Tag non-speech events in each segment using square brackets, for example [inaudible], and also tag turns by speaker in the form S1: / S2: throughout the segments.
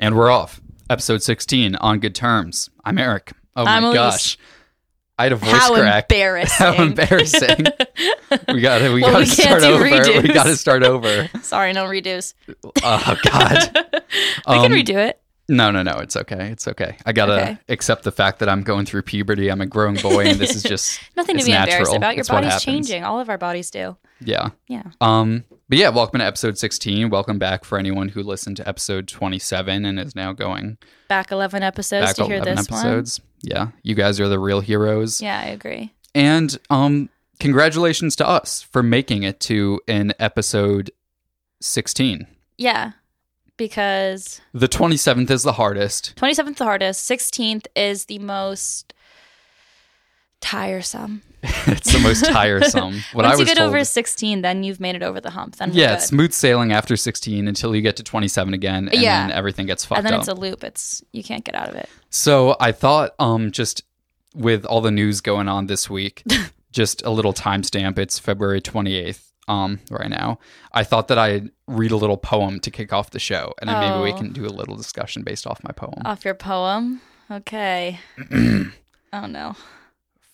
S1: we're off. Episode 16 on good terms. I'm Eric. Oh my
S2: I'm Elise.
S1: gosh. I had a voice
S2: How
S1: crack. [laughs]
S2: embarrassing.
S1: How
S2: [laughs]
S1: embarrassing. we got to we
S2: Well,
S1: got to
S2: we can't
S1: start
S2: do
S1: over. We
S2: redos.
S1: got to start
S2: [laughs]
S1: over.
S2: Sorry,
S1: [laughs]
S2: no redos.
S1: Oh god.
S2: We
S1: Um,
S2: can redo it.
S1: No, no, no. It's okay. It's okay. I got to
S2: Okay.
S1: accept the fact that I'm going through puberty. I'm a grown boy and
S2: [laughs]
S1: this is just
S2: Nothing to
S1: it's
S2: be embarrassed
S1: natural.
S2: about. Your
S1: It's what
S2: body's
S1: happens.
S2: changing. All of our bodies do.
S1: yeah.
S2: Yeah.
S1: Um, but yeah, welcome to episode 16. Welcome back for anyone who listened to episode 27 and is now going
S2: Back 11 episodes
S1: back
S2: to hear
S1: 11
S2: this
S1: episodes. Yeah, you guys are the real heroes.
S2: one. Yeah, I agree.
S1: And um, congratulations to us for making it to an episode 16.
S2: Yeah. Because
S1: The 27th is the hardest. [laughs]
S2: 27th the hardest, 16th is the most tiresome.
S1: it's the most
S2: [laughs]
S1: tiresome. What
S2: Once
S1: I was
S2: you get
S1: told,
S2: over 16, then you've made it over the hump. Then we're
S1: yeah,
S2: good.
S1: it's smooth sailing after 16 until you get to 27 again, and
S2: Yeah.
S1: then everything gets fucked
S2: and then
S1: up.
S2: it's a loop. It's you can't get out of it.
S1: So I thought, um, just with all the news going on this
S2: [laughs]
S1: week, just a little timestamp. It's February twenty eighth. Um, right now, I thought that I'd read a little poem to kick off the show, and then maybe
S2: Oh.
S1: we can do a little discussion based off my poem.
S2: Off your poem.
S1: [clears throat]
S2: Okay. oh no.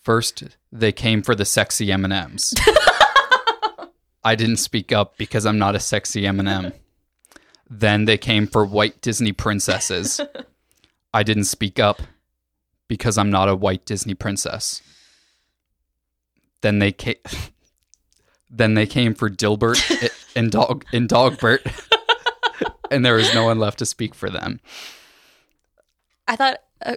S1: First, they came for the sexy M and M's. I didn't speak up because I'm not a sexy M and M. Then they came for white Disney princesses. I didn't speak up because I'm not a white Disney princess. Then they came. [laughs] Then they came for Dilbert i- and Dog and Dogbert, and there was no one left to speak for them.
S2: I thought uh,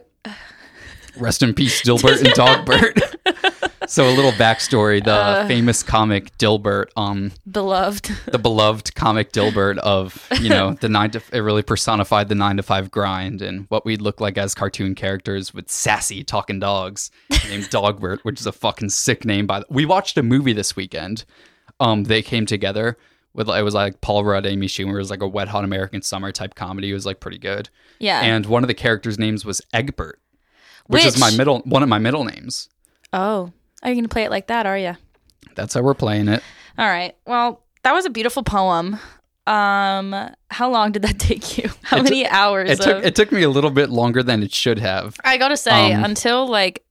S1: Rest in peace, Dilbert and Dogbert. so a little backstory: the famous comic Dilbert, um,
S2: beloved.
S1: the beloved comic Dilbert of you know the nine to it really personified the nine to five grind and what we'd look like as cartoon characters with sassy talking dogs named Dogbert, which is a fucking sick name. By the- we watched a movie this weekend. Um, they came together with it was like Paul Rudd, Amy Schumer. It was like a wet hot American summer type comedy. It was like pretty good.
S2: Yeah.
S1: And one of the characters' names was Egbert which, is my middle one of my middle names.
S2: Oh, are you going to play it like that? Are you?
S1: That's how we're playing it.
S2: All right. Well, that was a beautiful poem. Um, how long did that [laughs] take you? How
S1: It
S2: many hours?
S1: It took
S2: of-
S1: it took me a little bit longer than it should have.
S2: I gotta say,
S1: um,
S2: until like.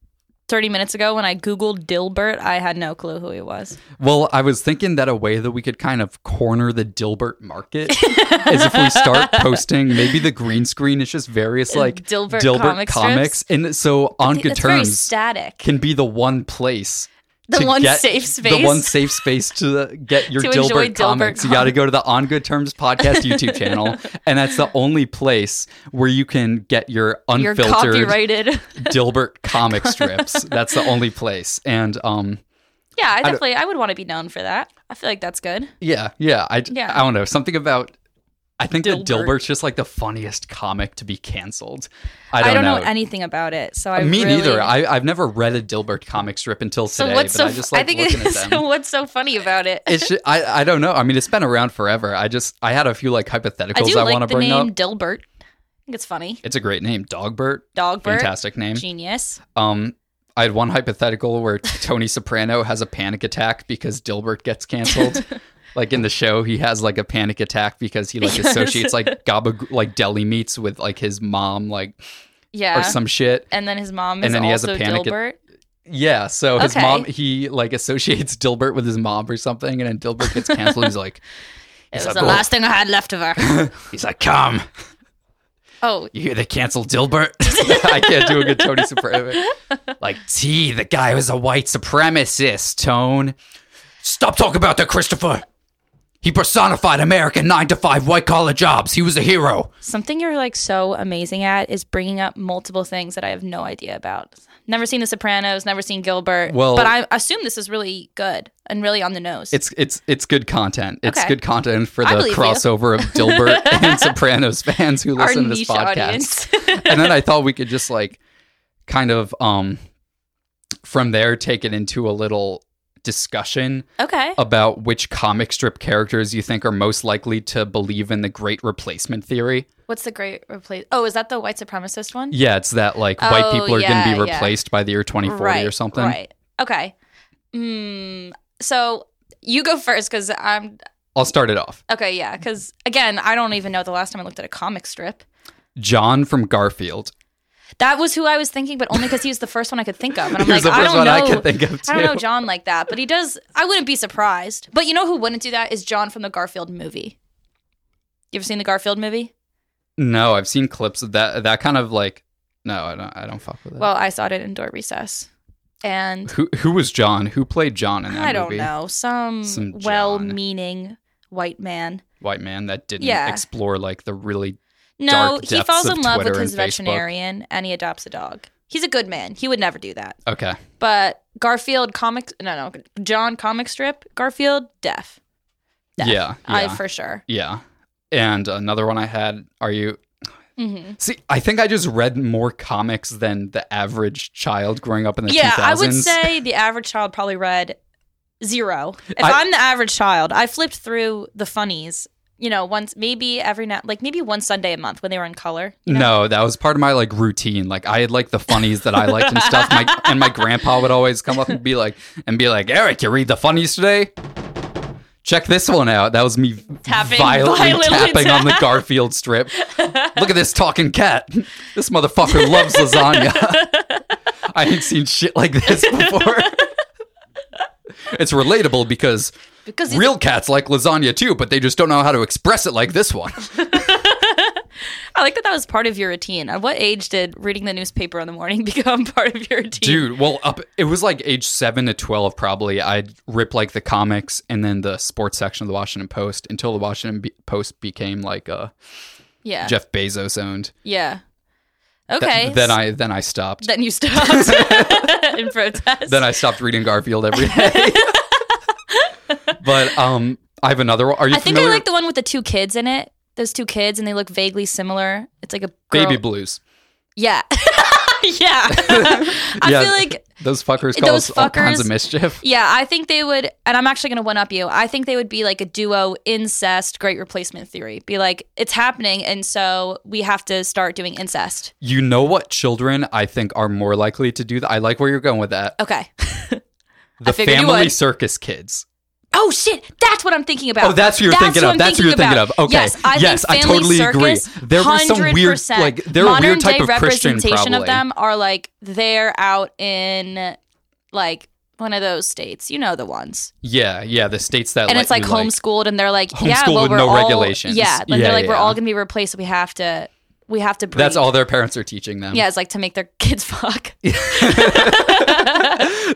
S2: 30 minutes ago when I googled Dilbert, I had no clue who he was.
S1: Well, I was thinking that a way that we could kind of corner the Dilbert market is if we
S2: [laughs]
S1: start posting maybe the green screen is just various like
S2: Dilbert comic
S1: and so on good
S2: it's very
S1: terms
S2: static.
S1: can be the one place.
S2: The
S1: to
S2: one
S1: get-
S2: safe
S1: The
S2: space.
S1: one safe space to get your
S2: [laughs] To
S1: Dilbert,
S2: enjoy Dilbert
S1: comics. You got to go to the On Good Terms podcast YouTube
S2: [laughs]
S1: channel, and that's the only place where you can get your
S2: You're
S1: unfiltered
S2: copyrighted. [laughs] yeah,
S1: Dilbert comic strips. That's the only place. And um
S2: I definitely I would want to be known for that. I feel like that's good.
S1: yeah, yeah, I
S2: Yeah.
S1: I don't know, something about I think that
S2: Dilbert.
S1: Dilbert's just like the funniest comic to be canceled. I
S2: I
S1: don't,
S2: don't, know.
S1: know.
S2: anything about it, so I
S1: Me
S2: really-
S1: neither. I, I've never read a Dilbert comic strip until
S2: so
S1: today,
S2: what's
S1: but
S2: so
S1: I just like
S2: think
S1: looking at
S2: so [laughs]
S1: them.
S2: what's so funny about it?
S1: [laughs] it's ju- I, I don't know. I mean, it's been around forever. I just I had a few like
S2: I do
S1: hypotheticals I,
S2: like
S1: want to
S2: the
S1: bring
S2: name
S1: up.
S2: Dilbert. I think it's funny.
S1: It's a great name, Dogbert.
S2: Dogbert,
S1: Fantastic name.
S2: genius.
S1: Um, I had one hypothetical
S2: [laughs]
S1: where Tony Soprano has a panic attack because Dilbert gets
S2: [laughs]
S1: canceled. like in the show, he has like a panic attack because he like
S2: [laughs] Because-
S1: associates like gaba like deli meats with like his mom, like
S2: Yeah.
S1: or some shit.
S2: and then his mom
S1: And
S2: is
S1: then he has a
S2: also
S1: panic at-
S2: Dilbert.
S1: Yeah, so his
S2: Okay.
S1: mom he like associates Dilbert with his mom or something, and then Dilbert gets canceled. he's like,
S2: It
S1: He's
S2: was
S1: like, "Oh."
S2: the last thing I had left of her.
S1: [laughs] he's like, come,
S2: oh,
S1: you hear they canceled Dilbert? [laughs] I can't do a good Tony Soprano. Like, T, the guy was a white supremacist. Tone. Stop talking about that, Christopher. He personified American nine to five white collar jobs. He was a hero.
S2: something you're like so amazing at is bringing up multiple things that I have no idea about. Never seen The Sopranos, never seen Gilbert.
S1: Well-
S2: but I assume this is really good and really on the nose.
S1: It's it's it's good content. It's
S2: Okay.
S1: good content for
S2: I
S1: the
S2: believe you.
S1: crossover of
S2: [laughs]
S1: Dilbert and Sopranos fans who
S2: our
S1: listen to this
S2: niche
S1: podcast.
S2: audience.
S1: [laughs]
S2: [laughs]
S1: and then I thought we could just like kind of um from there take it into a little discussion
S2: okay.
S1: about which comic strip characters you think are most likely to believe in the great replacement theory.
S2: What's the great replace? Oh, is that the white supremacist one?
S1: Yeah, it's that like white
S2: Oh,
S1: people are going
S2: yeah,
S1: to be
S2: yeah.
S1: replaced by the year 2040 or something.
S2: Right. Okay. Mm, so you go first because I'm
S1: I'll start it off.
S2: okay. Yeah. Because again, I don't even know the last time I looked at a comic strip.
S1: John from Garfield.
S2: That was who I was thinking, but only because he was the first one I could think of. And
S1: [laughs]
S2: I'm
S1: He was
S2: like,
S1: the
S2: I
S1: first one
S2: don't know.
S1: I could think of,
S2: I don't know
S1: too.
S2: John like that, but he does. I wouldn't be surprised. But you know who wouldn't do that is John from the Garfield movie. You ever seen the Garfield movie?
S1: No, I've seen clips of that. That kind of like, no, I don't. I don't fuck with it.
S2: Well, I saw it in door recess, and
S1: who who was John? Who played John in that
S2: I don't
S1: movie?
S2: know some,
S1: Some John.
S2: well-meaning white man.
S1: White man that didn't
S2: Yeah.
S1: explore like the really
S2: No,
S1: Dark
S2: he
S1: depths
S2: falls
S1: of
S2: in love
S1: Twitter
S2: with his
S1: and Facebook.
S2: veterinarian, and he adopts a dog. He's a good man. He would never do that.
S1: okay.
S2: But Garfield comic, no, no, John comic strip, Garfield deaf.
S1: Yeah,
S2: Death.
S1: yeah,
S2: I for sure.
S1: yeah. And another one I had. Are you
S2: hmm
S1: See, I think I just read more comics than the average child growing up in the
S2: Yeah,
S1: 2000s.
S2: I would say the average child probably read zero. If
S1: I-
S2: I, am the average child, I flipped through the funnies. You know, once maybe every now, like maybe one Sunday a month when they were in color. you know?
S1: No, that was part of my like routine. Like I had like the funnies that I liked and stuff. My
S2: [laughs]
S1: and my grandpa would always come up and be like and be like, "Eric, you read the funnies today? Check this one out." That was me
S2: Tapping-
S1: violently,
S2: violently
S1: tapping on the
S2: tap.
S1: Garfield
S2: [laughs]
S1: strip. Look at this talking cat. This motherfucker loves
S2: [laughs]
S1: lasagna. I ain't seen shit like this
S2: [laughs]
S1: before. it's relatable because
S2: because it's-
S1: Real cats like lasagna too, but they just don't know how to express it like this
S2: [laughs]
S1: one.
S2: I like that that was part of your routine. At what age did reading the newspaper in the morning [laughs] become part of your routine?
S1: Dude, well, up it was like age seven to twelve, probably. I'd rip like the comics and then the sports section of the Washington Post until the Washington Be- Post became like uh,
S2: yeah,
S1: Jeff Bezos owned.
S2: yeah.
S1: Th-
S2: Okay,
S1: then I then I stopped.
S2: then
S1: [laughs]
S2: you stopped [laughs] in protest.
S1: then I stopped reading Garfield every
S2: [laughs]
S1: day. but um, I have another one. Are you
S2: I think
S1: familiar?
S2: I like the one with the two kids in it. Those two kids, and they look vaguely similar. It's like a girl.
S1: Baby Blues?
S2: Yeah, [laughs] yeah.
S1: [laughs]
S2: I
S1: Yeah.
S2: feel like
S1: Those fuckers
S2: Those
S1: cause all kinds
S2: fuckers-
S1: of mischief.
S2: yeah. I think they would, and I'm actually gonna one up you. I think they would be like a duo incest, Great Replacement Theory. Be like, it's happening, and so we have to start doing incest.
S1: You know what? Children, I think, are more likely to do that. I like where you're going with that.
S2: Okay.
S1: The
S2: figured you
S1: Family
S2: would.
S1: Circus Kids.
S2: Oh shit! That's what I'm thinking about.
S1: Oh, that's who you're thinking
S2: what
S1: of.
S2: I'm
S1: That's who you're thinking
S2: about.
S1: of. Okay.
S2: Yes, I,
S1: Yes, I
S2: think Family
S1: totally agree.
S2: Circus,
S1: There was some weird,
S2: 100%.
S1: like, they're a
S2: modern
S1: weird type
S2: day
S1: of Christian,
S2: representation of
S1: probably.
S2: them are like they're out in like one of those states. You know the ones,
S1: Yeah, yeah. The states that
S2: and
S1: let
S2: it's like
S1: you,
S2: homeschooled, and they're like, yeah,
S1: Homeschooled
S2: well,
S1: with
S2: we're
S1: no
S2: all,
S1: regulations.
S2: Yeah, and
S1: Yeah,
S2: they're like, we're
S1: yeah.
S2: all gonna be replaced. So we have to, we have to. Breed.
S1: That's all their parents are teaching them.
S2: Yeah, it's like to make their [laughs] kids fuck.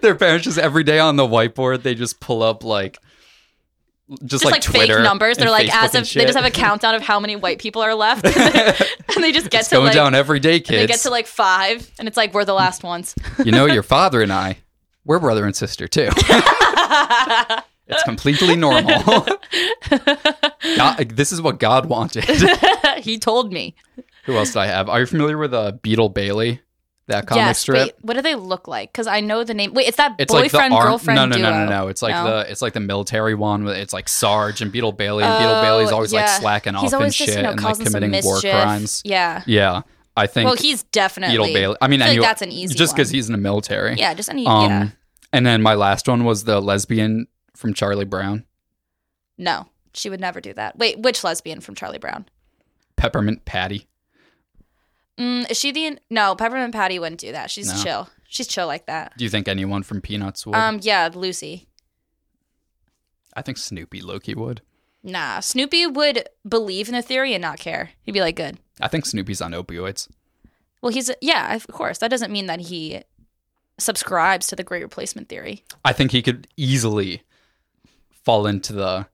S1: their parents just every day on the whiteboard they just pull up like, just,
S2: just like,
S1: Twitter
S2: fake numbers.
S1: and
S2: They're like,
S1: Facebook
S2: as
S1: and
S2: of they just
S1: shit.
S2: have a countdown of how many white people are left, [laughs] and they just get
S1: It's
S2: to
S1: going
S2: like
S1: down every day, kids.
S2: They get to like five, and it's like we're the last ones. [laughs]
S1: you know, your father and I, we're brother and sister too. it's completely normal.
S2: [laughs]
S1: God, this is what God wanted. [laughs]
S2: he told me.
S1: Who else do I have? Are you familiar with uh, Beetle Bailey? That comic strip.
S2: wait, what do they look like? Because I know the name. Wait, it's that
S1: it's like the
S2: boyfriend
S1: arm.
S2: girlfriend
S1: no, no,
S2: duo.
S1: no, no, no. It's like
S2: No?
S1: the it's like the military one. where It's like Sarge and Beetle Bailey, and
S2: Oh,
S1: Beetle Bailey's always like
S2: yeah.
S1: slacking off
S2: He's
S1: and
S2: always
S1: shit
S2: just, you know,
S1: and like
S2: causing some
S1: committing war
S2: mischief.
S1: crimes.
S2: Yeah.
S1: Yeah, I think
S2: Well, he's definitely
S1: Beetle Bailey. I mean,
S2: I feel like
S1: anyway,
S2: that's an easy
S1: just because
S2: one.
S1: he's in the military.
S2: Yeah, just any.
S1: Um,
S2: yeah.
S1: and then my last one was the lesbian from Charlie Brown,
S2: No, she would never do that. Wait, which lesbian from Charlie Brown?
S1: Peppermint Patty.
S2: Mm, is she the no? Peppermint Patty wouldn't do that. She's
S1: No.
S2: chill. She's chill like that.
S1: Do you think anyone from Peanuts would?
S2: Um, yeah, Lucy.
S1: I think Snoopy Loki would.
S2: Nah, Snoopy would believe in the theory and not care. He'd be like, good.
S1: I think Snoopy's on opioids.
S2: Well, he's yeah, of course. That doesn't mean that he subscribes to the great replacement theory.
S1: I think he could easily fall into the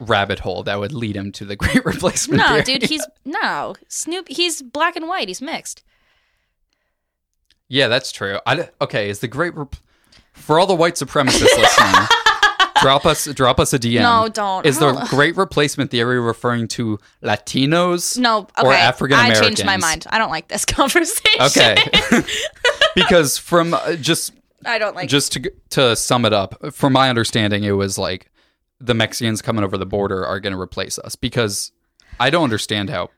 S1: rabbit hole that would lead him to [laughs] the [laughs] great replacement.
S2: No,
S1: theory.
S2: dude, he's no Snoop. He's black and white. He's mixed.
S1: Yeah, that's true. I, d- okay, is the great rep- for all the white supremacists
S2: [laughs]
S1: listening? drop us, drop us a DM.
S2: No, don't.
S1: Is the
S2: How-
S1: great replacement theory referring to Latinos?
S2: No, okay.
S1: Or African
S2: I changed my
S1: Americans.
S2: mind. I don't like this [laughs] conversation.
S1: Okay. [laughs] because from uh, just
S2: I don't like.
S1: just to g- to sum it up, from my understanding, it was like the Mexicans coming over the border are going to replace us because I don't understand how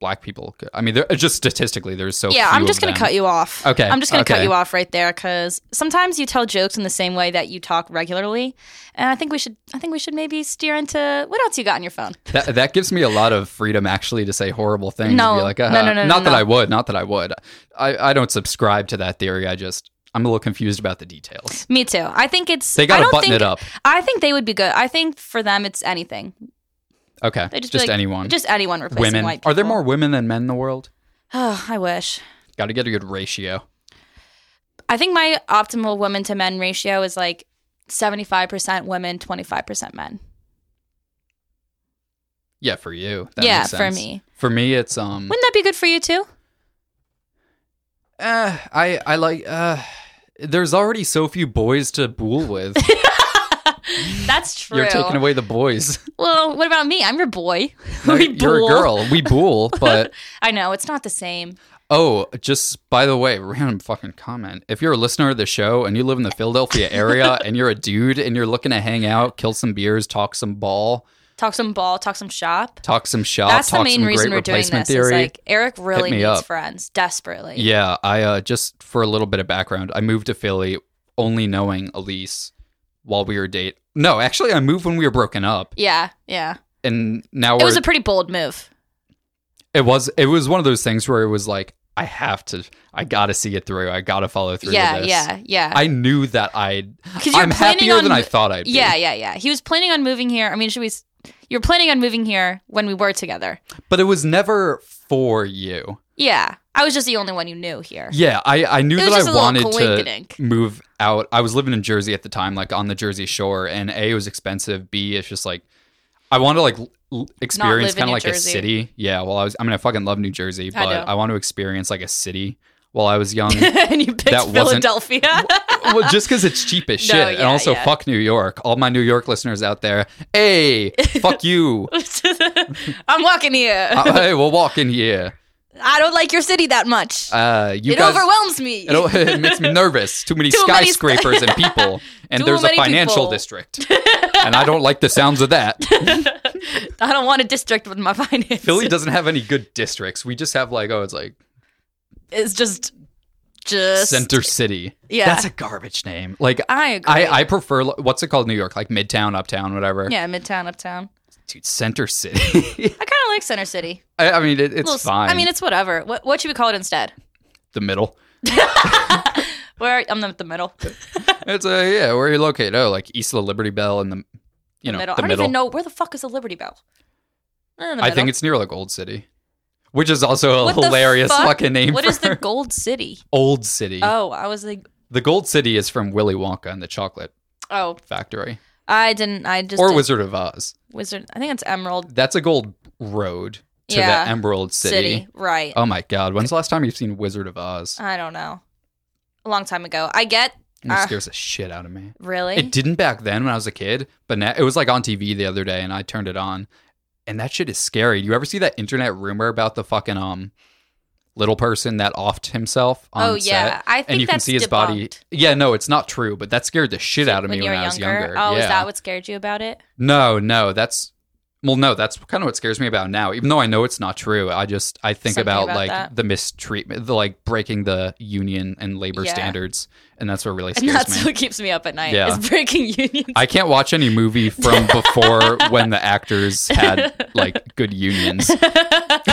S1: black people. I mean, there, just statistically, there's so
S2: yeah,
S1: few
S2: I'm just
S1: going
S2: gonna
S1: to
S2: cut you off.
S1: Okay,
S2: I'm just gonna cut
S1: okay.
S2: you off right there because sometimes you tell jokes in the same way that you talk regularly, and I think we should. I think we should maybe steer into what else you got on your phone.
S1: That, that gives me a lot of freedom actually to say horrible things.
S2: No.
S1: and be like,
S2: No,
S1: uh,
S2: no, no, no,
S1: not that
S2: no.
S1: I would, not that I would. I, I don't subscribe to that theory. I just I'm a little confused about the details.
S2: Me too. I think it's
S1: They
S2: I
S1: gotta
S2: don't
S1: button
S2: think,
S1: it up.
S2: I think they would be good. I think for them it's anything,
S1: Okay,
S2: They
S1: just,
S2: just be like,
S1: anyone,
S2: just anyone replacing
S1: women.
S2: white people.
S1: Are there more women than men in the world?
S2: Oh, [sighs] I wish.
S1: Got to get a good ratio.
S2: I think my optimal women to men ratio is like 75% women, 25% men.
S1: Yeah, for you. That
S2: yeah,
S1: makes
S2: for
S1: sense.
S2: me.
S1: For me, it's um.
S2: Wouldn't that be good for
S1: [laughs]
S2: you too?
S1: Uh, I I like uh. There's already so few boys to bool
S2: [laughs]
S1: with.
S2: That's true.
S1: You're taking away the boys.
S2: [laughs] well, what about me? I'm your boy.
S1: No,
S2: [laughs] We
S1: you're
S2: bool.
S1: a girl. We
S2: [laughs]
S1: bool, but
S2: I know, it's not the same.
S1: Oh, just by the way, random fucking comment. If you're a listener of the show and you live in the Philadelphia
S2: [laughs]
S1: area and you're a dude and you're looking to hang out, kill some beers, talk some ball,
S2: Talk some ball, talk some shop.
S1: talk some shop,
S2: That's
S1: talk
S2: the main
S1: some great
S2: reason we're doing
S1: replacement
S2: this. Is
S1: theory.
S2: like Eric really
S1: me
S2: needs
S1: up.
S2: friends desperately.
S1: yeah, I uh, just for a little bit of background, I moved to Philly only knowing Elise while we were date. No, actually, I moved when we were broken up,
S2: Yeah, yeah.
S1: and now
S2: It
S1: we're,
S2: was a pretty bold move.
S1: it was it was one of those things where it was like I have to, I gotta see it through, I gotta follow through.
S2: Yeah,
S1: with this.
S2: yeah, yeah.
S1: I knew that I'd.
S2: 'Cause you're
S1: I'm
S2: planning
S1: happier
S2: on
S1: than I
S2: mo-
S1: thought I'd be.
S2: Yeah, yeah, yeah. He was planning on moving here. I mean, should we? s- You're planning on moving here when we were together.
S1: But it was never for you.
S2: Yeah, I was just the only one you knew here.
S1: Yeah, I, I knew
S2: It was
S1: that
S2: just
S1: I
S2: a little
S1: wanted to [laughs]
S2: coinkydink.
S1: move out. I was living in Jersey at the time, like on the Jersey Shore, and A it was expensive. B it's just like I want to like l- l- experience
S2: live in
S1: kind of
S2: New
S1: like a
S2: Jersey.
S1: city. Yeah, well, I was. I mean, I fucking love New Jersey, but
S2: know.
S1: I, want to experience like a city while I was young.
S2: [laughs] [laughs] and you picked
S1: That wasn't-
S2: Philadelphia. [laughs]
S1: well, just because it's cheap as shit,
S2: No,
S1: and
S2: yeah,
S1: also
S2: yeah.
S1: fuck New York. All my New York listeners out there, hey, fuck
S2: [laughs]
S1: you.
S2: I'm walking here.
S1: Uh, hey, we'll walk in here.
S2: I don't like your city that much.
S1: Uh, you
S2: it
S1: guys,
S2: overwhelms me.
S1: It, al- it makes me nervous. Too many
S2: [laughs] Too many sk-
S1: skyscrapers
S2: [laughs]
S1: and people, and
S2: Too
S1: there's a
S2: many
S1: financial
S2: people. [laughs]
S1: district, and I don't like the sounds of that.
S2: [laughs] I don't want a district with my [laughs] finances.
S1: Philly doesn't have any good districts. We just have like oh, it's like
S2: It's just, just
S1: Center City.
S2: Yeah.
S1: that's a garbage name. Like
S2: I agree.
S1: I, I prefer li- what's it called? in New York, like Midtown, Uptown, whatever.
S2: yeah, Midtown, Uptown.
S1: Dude, Center City. [laughs]
S2: I kind of like Center City.
S1: I, I mean, it, it's
S2: Little s-
S1: fine.
S2: I mean, it's whatever. What what should we call it instead?
S1: the middle.
S2: Where I'm at the middle.
S1: It's a yeah. Where are you located? Oh, like East of the Liberty Bell and the you know
S2: middle.
S1: the
S2: I don't
S1: middle.
S2: even know where the fuck is the Liberty Bell. Eh, in the
S1: I
S2: middle.
S1: think it's near like Old City, which is also a
S2: What the
S1: hilarious
S2: fuck?
S1: fucking name.
S2: What
S1: for [laughs]
S2: is the Gold City?
S1: Old City?
S2: Oh, I was like,
S1: The Gold City is from Willy Wonka and the Chocolate
S2: oh,
S1: Factory,
S2: I didn't. I just
S1: or
S2: did-
S1: Wizard of Oz.
S2: Wizard. I think it's Emerald
S1: That's a gold road to
S2: Yeah.
S1: the Emerald City.
S2: City, Uh, right?
S1: Oh my God! When's the last time you've seen Wizard of Oz?
S2: I don't know. A long time ago. I get
S1: It
S2: uh,
S1: scares the shit out of me.
S2: really.
S1: It didn't back then when I was a kid, but now it was like on TV the other day, and I turned it on, and that shit is scary. You ever see that internet rumor about the fucking um little person that offed himself? On
S2: oh yeah,
S1: set?
S2: I think
S1: and you
S2: that's
S1: can see his
S2: debunked.
S1: body. Yeah, no, it's not true, but that scared the shit out of me
S2: when,
S1: when,
S2: you were
S1: I was
S2: younger.
S1: younger.
S2: Oh,
S1: yeah.
S2: is that what scared you about it? [laughs]
S1: No, no, that's well, no, that's kind of what scares me about now. Even though I know it's not true, I just I think
S2: Something
S1: about,
S2: about
S1: like
S2: that.
S1: the mistreatment, the like breaking the union and labor
S2: Yeah.
S1: standards, and that's what really
S2: And
S1: scares
S2: that's
S1: me.
S2: what keeps me up at night.
S1: Yeah.
S2: Is breaking [laughs] unions.
S1: I can't watch any movie from before when the actors had like good unions. it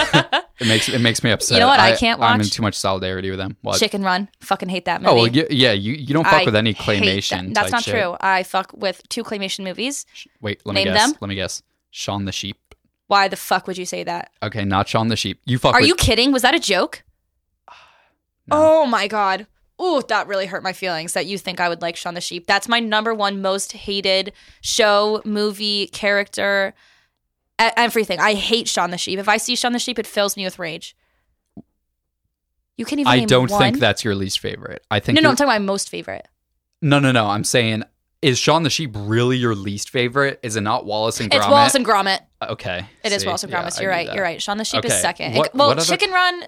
S1: makes it makes me upset.
S2: You know what I can't
S1: I'm in
S2: watch?
S1: too much solidarity with them. What?
S2: Chicken Run. Fucking hate that movie.
S1: oh well, you, yeah, you, you don't fuck
S2: I
S1: with any
S2: hate
S1: claymation.
S2: that. That's
S1: type
S2: not
S1: shit.
S2: true. I fuck with two claymation movies.
S1: Wait, let me
S2: Name
S1: guess.
S2: them.
S1: Let me guess. Shaun the Sheep.
S2: Why the fuck would you say that?
S1: Okay, not Shaun the Sheep. You fuck
S2: Are
S1: with
S2: you kidding? Was that a joke?
S1: [sighs] No.
S2: Oh my god. Ooh, that really hurt my feelings that you think I would like Shaun the Sheep. That's my number one most hated show, movie, character, e- everything. I hate Shaun the Sheep. If I see Shaun the Sheep, it fills me with rage. You can even
S1: I
S2: name
S1: don't
S2: one.
S1: think that's your least favorite. I think
S2: No, no,
S1: you're-
S2: I'm talking about my most favorite.
S1: no, no, no. I'm saying is Shaun the Sheep really your least favorite? Is it not Wallace and Gromit? Uh,
S2: It's Wallace and Gromit.
S1: okay,
S2: It is
S1: see,
S2: Wallace and
S1: yeah,
S2: Gromit.
S1: I
S2: you're
S1: knew
S2: right.
S1: that.
S2: You're right. Shaun the Sheep is
S1: Okay.
S2: second.
S1: What-
S2: well,
S1: what other-
S2: Chicken Run.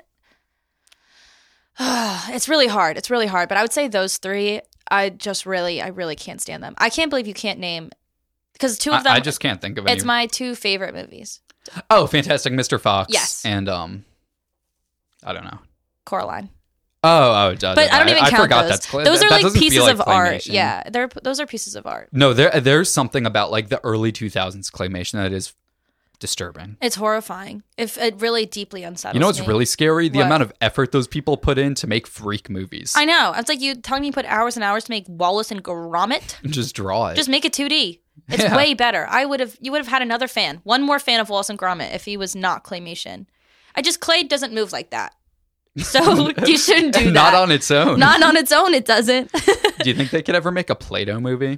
S2: [sighs] it's really hard. It's really hard. But I would say those three. I just really, I really can't stand them. I can't believe you can't name because two of them.
S1: I, I just can't think of any.
S2: it's my two favorite movies.
S1: oh, Fantastic Mr. Fox.
S2: Yes.
S1: and um, I don't know.
S2: Coraline.
S1: Oh, oh, duh,
S2: But
S1: duh,
S2: I don't
S1: duh.
S2: even count
S1: forgot
S2: those.
S1: That's cla-
S2: those
S1: that-
S2: are
S1: that
S2: like
S1: doesn't feel
S2: pieces
S1: like
S2: of art.
S1: claymation.
S2: Yeah, they're those are pieces of art.
S1: No, there there's something about like the early 2000s claymation that is disturbing.
S2: It's horrifying. If it really deeply unsettles.
S1: You know what's
S2: me.
S1: really scary? The
S2: What?
S1: amount of effort those people put in to make freak movies.
S2: I know. It's like you telling me you put hours and hours to make Wallace and Gromit.
S1: [laughs] Just draw it.
S2: Just make it 2D. It's
S1: Yeah.
S2: way better. I would have. You would have had another fan, one more fan of Wallace and Gromit, if he was not claymation. I just clay doesn't move like that,
S1: [laughs]
S2: so [laughs] you shouldn't do
S1: Not
S2: that.
S1: on its own.
S2: not on its own, it doesn't.
S1: [laughs] Do you think they could ever make a Play-Doh movie?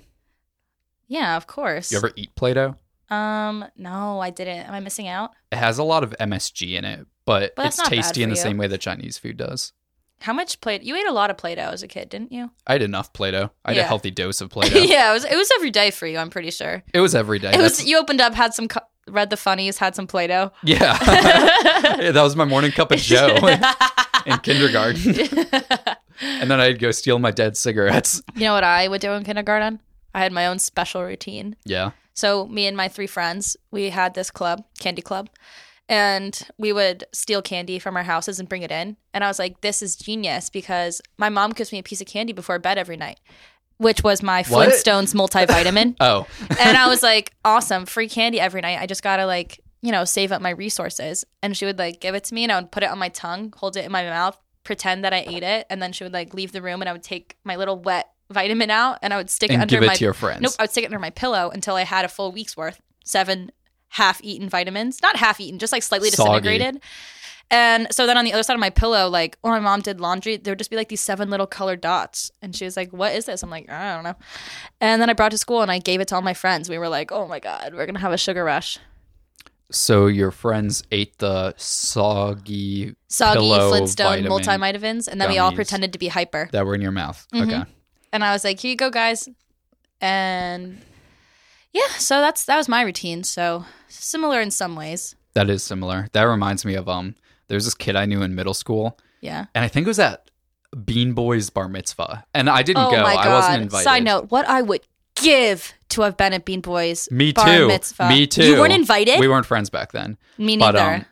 S2: yeah, of course.
S1: You ever eat Play-Doh?
S2: um, no, I didn't. Am I missing out?
S1: It has a lot of MSG in it, but,
S2: But that's
S1: it's
S2: not bad
S1: tasty in
S2: for
S1: the
S2: you.
S1: same way that Chinese food does.
S2: How much play? You ate a lot of Play-Doh as a kid, didn't you?
S1: I had enough Play-Doh. I had a
S2: Yeah.
S1: healthy dose
S2: [laughs]
S1: of Play-Doh.
S2: it was it was every day for you. I'm pretty sure.
S1: It was every day.
S2: it
S1: That's-
S2: was. You opened up, had some, co- read the funnies, had some Play-Doh.
S1: yeah.
S2: [laughs]
S1: Yeah, that was my morning cup of [laughs] Joe [laughs] in, in kindergarten.
S2: [laughs]
S1: And then I'd go steal my dad's cigarettes.
S2: you know what I would do in kindergarten? I had my own special routine.
S1: Yeah.
S2: So me and my three friends, we had this club, candy club, and we would steal candy from our houses and bring it in. And I was like, this is genius because my mom gives me a piece of candy before bed every night, which was my
S1: What?
S2: Flintstones multivitamin.
S1: Oh.
S2: and I was like, awesome, free candy every night. I just gotta like, you know, save up my resources. And she would like give it to me and I would put it on my tongue, hold it in my mouth, pretend that I ate it, and then she would like leave the room and I would take my little wet vitamin out and I would stick it
S1: And
S2: under
S1: give it
S2: my
S1: to your friends.
S2: Nope, I would stick it under my pillow until I had a full week's worth, seven half eaten vitamins. Not half eaten, just like slightly
S1: Soggy.
S2: disintegrated. And so then on the other side of my pillow, like when my mom did laundry, there would just be like these seven little colored dots. And she was like, What is this? I'm like, I don't know. And then I brought it to school and I gave it to all my friends. We were like, Oh my God, we're going to have a sugar rush.
S1: So your friends ate the soggy
S2: Soggy
S1: Pillow
S2: Flintstone
S1: vitamin
S2: multivitamins. And then we all
S1: gummies.
S2: pretended to be hyper.
S1: that were in your mouth.
S2: Mm-hmm.
S1: Okay.
S2: And I was like, Here you go, guys. And yeah, so that's that was my routine. So similar in some ways.
S1: That is similar. That reminds me of um there's this kid I knew in middle school
S2: Yeah.
S1: and I think it was at Bean Boy's bar mitzvah. And I didn't
S2: oh
S1: go.
S2: my god!
S1: I wasn't invited.
S2: Side note: What I would give to have been at Bean Boys.
S1: Me
S2: bar
S1: too.
S2: Mitzvah.
S1: Me too.
S2: You weren't invited.
S1: We weren't friends back then.
S2: Me
S1: but,
S2: neither.
S1: um,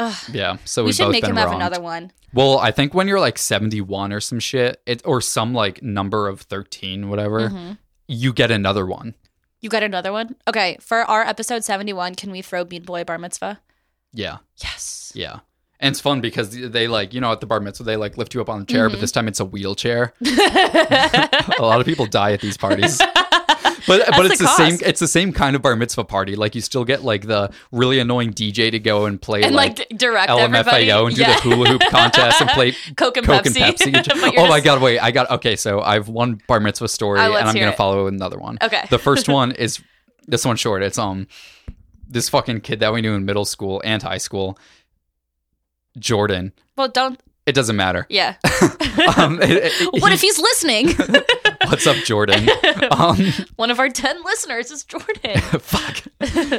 S2: Ugh.
S1: Yeah. So
S2: we,
S1: we,
S2: should
S1: both
S2: make
S1: been
S2: him have
S1: wronged.
S2: another one.
S1: Well, I think when you're like 71 or some shit, it or some like number of 13, whatever,
S2: Mhm.
S1: you get another one.
S2: You got another one? Okay. For our episode seventy-one, can we throw Bean Boy bar mitzvah?
S1: Yeah.
S2: Yes.
S1: Yeah. And it's fun because they like, you know, at the bar mitzvah, they like lift you up on the chair,
S2: Mm-hmm.
S1: but this time it's a
S2: [laughs]
S1: wheelchair. a lot of people die at these parties. But, but
S2: the
S1: it's the, same
S2: cost.
S1: it's the same kind of bar mitzvah party. Like you still get like the really annoying DJ to go and play
S2: and like,
S1: like,
S2: direct everybody.
S1: LMFAO and do the hula hoop contest and
S2: [laughs]
S1: play
S2: Coke and
S1: Coke and [laughs]
S2: Pepsi. [laughs]
S1: Pepsi.
S2: But you're
S1: oh my
S2: just-
S1: god, wait! I got okay. So I've one bar mitzvah story,
S2: Uh,
S1: and
S2: let's
S1: I'm
S2: hear
S1: gonna
S2: it.
S1: follow another one.
S2: Okay.
S1: The
S2: [laughs]
S1: first one is this one's short. It's um this fucking kid that we knew in middle school and high school, Jordan.
S2: Well, don't.
S1: It doesn't
S2: [laughs]
S1: matter. [laughs]
S2: Yeah.
S1: Um, it- it-
S2: what
S1: he-
S2: if he's listening? [laughs]
S1: [laughs] What's up, Jordan? Um, [laughs]
S2: one of our ten listeners is Jordan.
S1: fuck.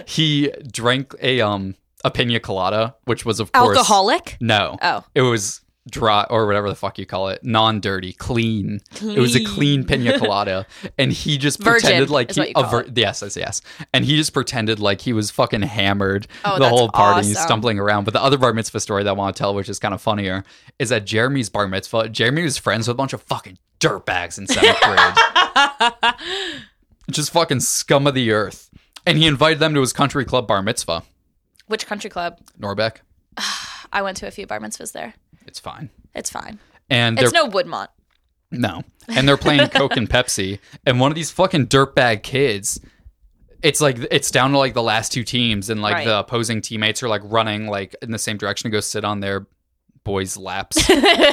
S1: He drank a um a pina colada, which was of course
S2: Alcoholic.
S1: No,
S2: Oh.
S1: it was dry or whatever the fuck you call it, non-dirty, clean. It was a clean
S2: [laughs]
S1: pina colada, and he just
S2: Virgin
S1: pretended like
S2: is
S1: he
S2: what you call
S1: a yes, yes, yes, and he just pretended like he was fucking hammered
S2: Oh,
S1: the
S2: that's
S1: whole party,
S2: awesome.
S1: stumbling around. But the other bar mitzvah story that I want to tell, which is kind of funnier, is at Jeremy's bar mitzvah. Jeremy was friends with a bunch of fucking dirtbags in seventh grade,
S2: [laughs]
S1: just fucking scum of the earth, and he invited them to his country club bar mitzvah.
S2: Which country club?
S1: Norbeck,
S2: I went to a few bar mitzvahs there.
S1: it's fine,
S2: It's fine.
S1: and they're
S2: It's no Woodmont.
S1: No. And they're playing Coke and Pepsi. And one of these fucking dirtbag kids, it's like, it's down to like the last two teams. And like
S2: Right.
S1: the opposing teammates are like running like in the same direction to go sit on their boys'
S2: [laughs]
S1: laps.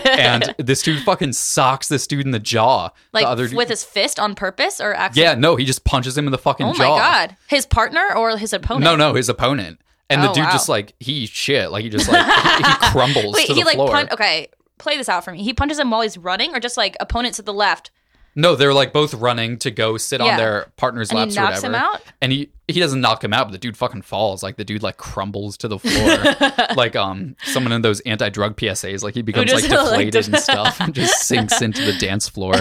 S1: and this dude fucking socks this dude in the jaw.
S2: Like
S1: the other
S2: with his fist on purpose or actually?
S1: Yeah, no, he just punches him in the fucking
S2: Oh my
S1: jaw.
S2: god. His partner or his opponent?
S1: No, no, his opponent. And the
S2: Oh,
S1: dude
S2: wow.
S1: just like, he shit. Like he just like, he,
S2: [laughs]
S1: he crumbles
S2: Wait,
S1: to the
S2: he like
S1: floor.
S2: punch. Okay, play this out for me. He punches him while he's running, or just like opponent to the left.
S1: No, they're like both running to go sit on
S2: Yeah.
S1: their partner's
S2: And he
S1: laps or
S2: knocks
S1: whatever.
S2: him out?
S1: And he he doesn't knock him out, but the dude fucking falls. Like the dude like crumbles to the
S2: [laughs]
S1: floor. like um someone in those anti drug PSAs, like he becomes like
S2: just, [laughs] like,
S1: deflated and
S2: def-
S1: stuff and just sinks into the dance
S2: [laughs]
S1: floor.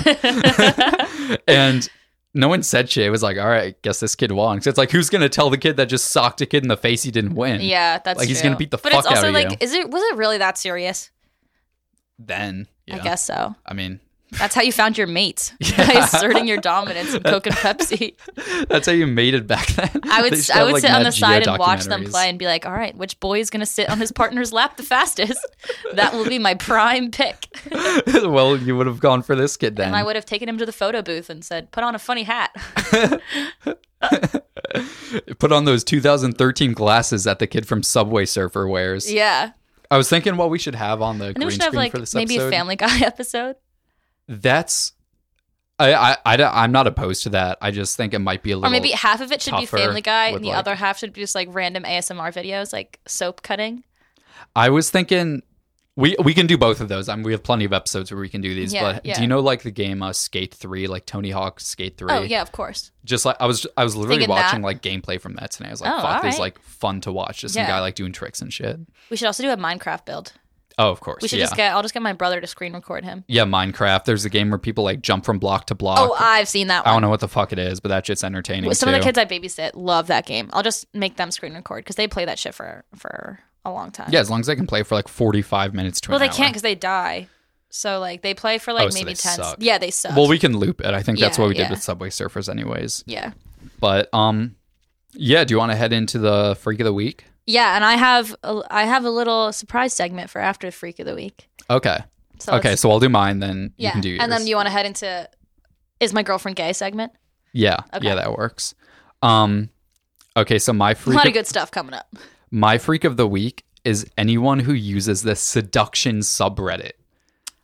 S1: and no one said shit. It was like, all right, guess this kid won. 'Cause it's like who's gonna tell the kid that just socked a kid in the face he didn't win?
S2: Yeah, that's
S1: Like, he's
S2: true.
S1: gonna beat the
S2: but
S1: fuck
S2: it's also
S1: out of
S2: like,
S1: you.
S2: is it was it really that serious?
S1: then. Yeah.
S2: I guess so.
S1: I mean, [laughs]
S2: That's how you found your mates by
S1: Yeah.
S2: asserting your dominance in Coke
S1: [laughs]
S2: and Pepsi.
S1: that's how you made it back then.
S2: I would
S1: They should
S2: I
S1: have,
S2: would
S1: like,
S2: sit on
S1: Nat
S2: the
S1: Geo
S2: side and watch them
S1: documentaries.
S2: play and be like, all right, which boy is going to sit on his partner's lap the fastest? [laughs] That will be my prime pick.
S1: [laughs] well, you would have gone for this kid then.
S2: And I would have taken him to the photo booth and said, put on a funny hat. [laughs]
S1: Put on those 2013 glasses that the kid from Subway Surfer wears.
S2: yeah.
S1: I was thinking what we should have on the
S2: And then
S1: green
S2: we should
S1: screen
S2: have like
S1: for this
S2: maybe
S1: episode.
S2: a Family [laughs] Guy episode.
S1: That's. I, I, I, am not opposed to that. I just think it might be a little.
S2: Or maybe half of it should be
S1: tougher
S2: Family Guy
S1: with,
S2: and the
S1: like-
S2: other half should be just like random ASMR videos, like soap cutting.
S1: I was thinking we we can do both of those. I mean, we have plenty of episodes where we can do these.
S2: Yeah,
S1: but
S2: yeah.
S1: do you know like the game uh, Skate Three, like Tony Hawk Skate Three?
S2: Oh, yeah, of course.
S1: Just like I was, I was literally
S2: Thinking
S1: watching
S2: that.
S1: like gameplay from that today. I was like,
S2: Oh,
S1: fuck, this is
S2: alright.
S1: like fun to watch. Just
S2: Yeah.
S1: some guy like doing tricks and shit.
S2: We should also do a Minecraft build.
S1: Oh, of course.
S2: We should
S1: yeah.
S2: just get I'll just get my brother to screen record him.
S1: yeah, Minecraft. There's a game where people like jump from block to block.
S2: Oh, I've seen that
S1: I
S2: one.
S1: don't know what the fuck it is, but that shit's entertaining.
S2: Some of the
S1: too.
S2: kids I babysit love that game. I'll just make them screen record because they play that shit for for a long time.
S1: Yeah, as long as I can play for like 45 minutes to
S2: Well,
S1: an
S2: they can't
S1: hour.
S2: because they die. So like they play for like
S1: Oh, so
S2: maybe
S1: they
S2: ten.
S1: suck.
S2: Yeah, they suck.
S1: Well, we can loop it. I think that's
S2: Yeah,
S1: what we did
S2: yeah.
S1: with Subway Surfers, anyways.
S2: yeah,
S1: But um, yeah. Do you want to head into the freak of the week?
S2: yeah. And I have a, I have a little surprise segment for after the freak of the week.
S1: Okay.
S2: So
S1: okay.
S2: it's-
S1: So I'll do mine. Then
S2: yeah.
S1: you can do yours.
S2: and then you want to head into is my girlfriend gay segment.
S1: Yeah.
S2: Okay.
S1: Yeah, that works. Um. Okay. So my
S2: A
S1: freak.
S2: [laughs] lot of
S1: of-
S2: good stuff coming up.
S1: my freak of the week is anyone who uses the seduction subreddit.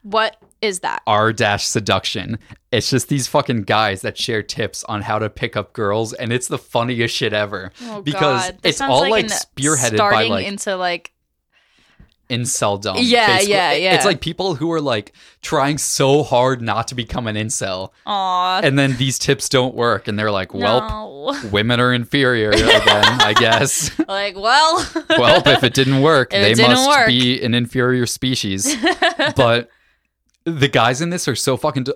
S2: What is that?
S1: r dash seduction. It's just these fucking guys that share tips on how to pick up girls, and it's the funniest shit ever.
S2: Oh,
S1: because
S2: God. This
S1: it's
S2: sounds
S1: all like
S2: an-
S1: spearheaded by
S2: starting
S1: like
S2: into like
S1: incel dumb.
S2: Yeah, yeah,
S1: It-
S2: yeah.
S1: It's like people who are like trying so hard not to become an incel,
S2: aw.
S1: and then these tips don't work, and they're like, "Well,
S2: Uh, no.
S1: women are inferior again, I guess."
S2: [laughs] like well
S1: well, if it didn't work,
S2: If it
S1: they
S2: didn't
S1: must
S2: work.
S1: be an inferior species. but the guys in this are so fucking. D-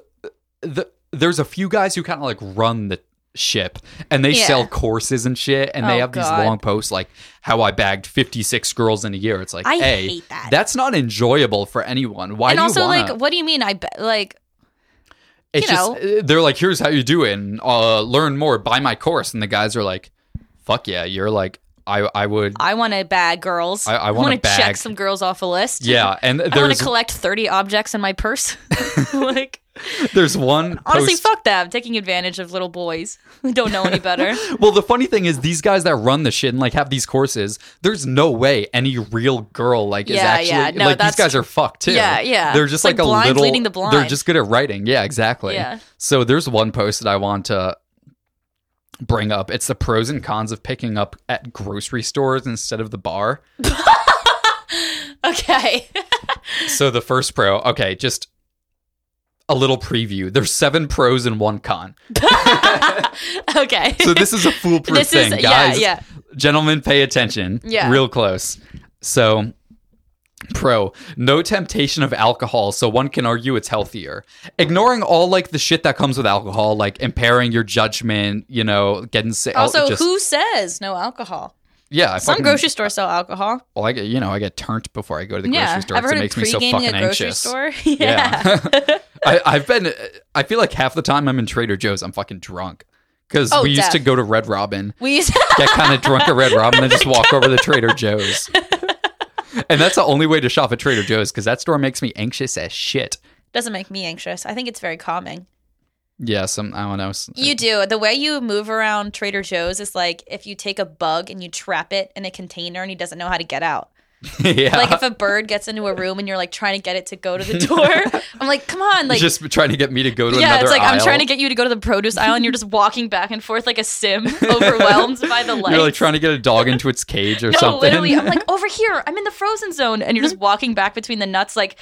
S1: the, there's a few guys who kind of like run the ship and they
S2: Yeah.
S1: sell courses and shit and
S2: Oh,
S1: they have
S2: God.
S1: these long posts like how I bagged 56 girls in a year. It's like,
S2: I
S1: hey,
S2: hate that.
S1: that's not enjoyable for anyone. Why
S2: and
S1: do
S2: also
S1: you want
S2: like what do you mean i bet like
S1: It's
S2: you
S1: just uh, they're like, here's how you do it, and uh, learn more. Buy my course, and the guys are like, fuck yeah, you're like, I I would,
S2: i want to bag girls
S1: I- I wanna
S2: wanna check
S1: bag-
S2: some girls off a list
S1: yeah. And
S2: [laughs] i want to
S1: there's
S2: collect 30 objects in my purse [laughs] like
S1: there's one
S2: [laughs] honestly
S1: post-
S2: fuck that i'm taking advantage of little boys who don't know any
S1: [laughs]
S2: better
S1: Well, the funny thing is, these guys that run the shit and like have these courses, there's no way any real girl like is
S2: Yeah,
S1: actually
S2: yeah. No,
S1: like
S2: that's-
S1: these guys are fucked too.
S2: Yeah, yeah.
S1: They're just
S2: It's like
S1: like, a
S2: blind
S1: little.
S2: leading the blind.
S1: They're just good at writing. Yeah, exactly.
S2: Yeah.
S1: So there's one post that I want to bring up. It's the pros and cons of picking up at grocery stores instead of the bar.
S2: okay [laughs]
S1: So the first pro, okay, just a little preview. There's seven pros and one con.
S2: okay
S1: So this is a foolproof
S2: This is-
S1: thing, guys.
S2: yeah,
S1: Gentlemen, pay attention.
S2: Yeah.
S1: Real close. So pro no temptation of alcohol so one can argue it's healthier ignoring all like the shit that comes with alcohol like impairing your judgment you know getting sick
S2: also
S1: just,
S2: who says no alcohol
S1: yeah I
S2: some
S1: fucking,
S2: grocery stores sell alcohol
S1: well, I get, you know i get turnt before i go to the grocery
S2: yeah
S1: store
S2: i've
S1: 'cause
S2: heard
S1: it makes
S2: of
S1: me so
S2: pre-gaming
S1: fucking
S2: at a grocery
S1: anxious
S2: store
S1: [laughs]
S2: [laughs]
S1: Yeah. [laughs] I, I've been, I feel like half the time I'm in Trader Joe's, I'm fucking drunk. Because
S2: Oh,
S1: we used to
S2: def.
S1: go to Red Robin,
S2: we used
S1: get kind of drunk at Red Robin, and just walk over to Trader Joe's. and that's the only way to shop at Trader Joe's because that store makes me anxious as shit.
S2: [laughs] doesn't make me anxious i think it's very calming
S1: Yeah, some, I don't know. s- [laughs]
S2: You do. The way you move around Trader Joe's is like if you take a bug and you trap it in a container and he doesn't know how to
S1: [laughs]
S2: get out.
S1: yeah.
S2: Like if a bird gets into a room and you're like trying to get it to go to
S1: [laughs]
S2: the door. I'm like, come on, like
S1: just trying to get me to go to
S2: yeah,
S1: another
S2: it's like I'm
S1: aisle.
S2: trying to get you to go to the produce aisle and you're just walking back and forth like
S1: [laughs]
S2: a sim, overwhelmed by the lights.
S1: You're like trying to get a dog into its cage or
S2: no,
S1: something. Mm-hmm.
S2: literally, I'm
S1: [laughs]
S2: like over here. I'm in the frozen zone, and you're just walking back between the nuts, like.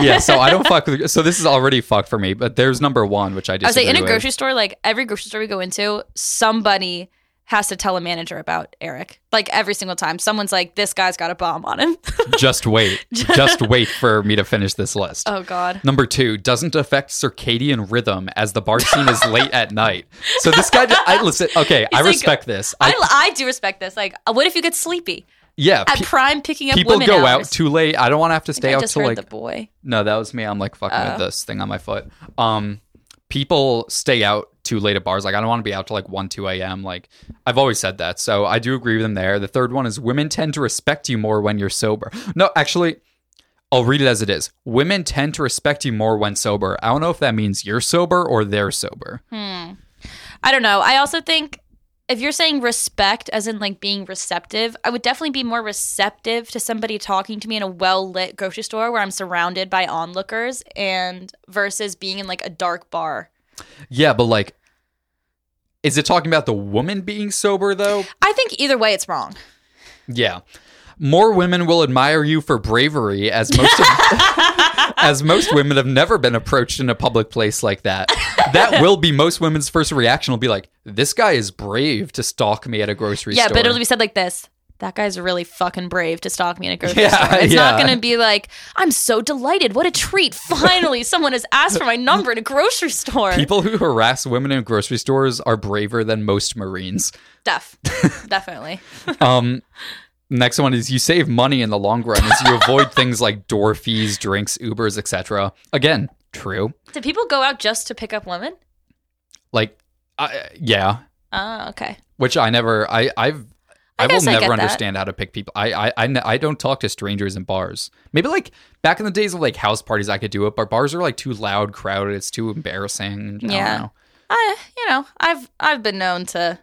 S1: yeah, so I
S2: [laughs]
S1: don't fuck with. So this is already fucked for me. But there's number one, which I
S2: I was
S1: disagree
S2: like in a
S1: with.
S2: grocery store, like every grocery store we go into, somebody has to tell a manager about Eric. Like every single time, someone's like, "This guy's got a bomb on him."
S1: just wait. just wait for me to finish this list.
S2: [laughs] oh God.
S1: Number two doesn't affect circadian rhythm as the bar scene is late at night. So this guy, I listen. Okay, I
S2: [laughs] like,
S1: respect this. I,
S2: I, I do respect this. Like, what if you get sleepy?
S1: yeah,
S2: At
S1: pe-
S2: prime picking up
S1: people
S2: women
S1: go
S2: hours.
S1: out too late. I don't want to have to
S2: I
S1: stay
S2: think I
S1: out
S2: just
S1: till
S2: heard
S1: like
S2: the boy.
S1: No, that was me. I'm like fucking
S2: Oh.
S1: with this thing on my foot. Um, people stay out too late at bars. Like I don't want to be out till like one, two a.m. Like I've always said that, so I do agree with them there. The third one is women tend to respect you more when you're sober. No, actually, I'll read it as it is. Women tend to respect you more when sober. I don't know if that means you're sober or they're sober.
S2: Hmm. I don't know. I also think if you're saying respect, as in like being receptive, I would definitely be more receptive to somebody talking to me in a well lit grocery store where I'm surrounded by onlookers and versus being in like a dark bar.
S1: Yeah, but like, is it talking about the woman being sober though?
S2: I think either way, it's wrong.
S1: Yeah. More women will admire you for bravery as most
S2: [laughs]
S1: of, as most women have never been approached in a public place like that. That will be most women's first reaction will be like, this guy is brave to stalk me at a grocery
S2: yeah,
S1: store.
S2: but it'll be said like this. That guy's really fucking brave to stalk me in a grocery
S1: Yeah,
S2: store. It's not
S1: yeah.
S2: going to be like, I'm so delighted. What
S1: [laughs]
S2: a treat. Finally, someone has asked for my number in a grocery store.
S1: People who harass women in grocery stores are braver than most Marines. [laughs]
S2: Def. Definitely.
S1: Um next one is you save money in the long run as you
S2: [laughs]
S1: avoid things like door fees, drinks, Ubers, etc. Again, true.
S2: Do people go out just to pick up women?
S1: Like I yeah,
S2: Oh, okay.
S1: which I never I I've
S2: I
S1: I, will
S2: guess I get
S1: never
S2: that.
S1: understand how to pick people. I, I I ne- I don't talk to strangers in bars. Maybe like back in the days of like house parties, I could do it, but bars are like too loud, crowded. It's too embarrassing. I
S2: Yeah.
S1: don't know.
S2: I, you know, I've I've been known to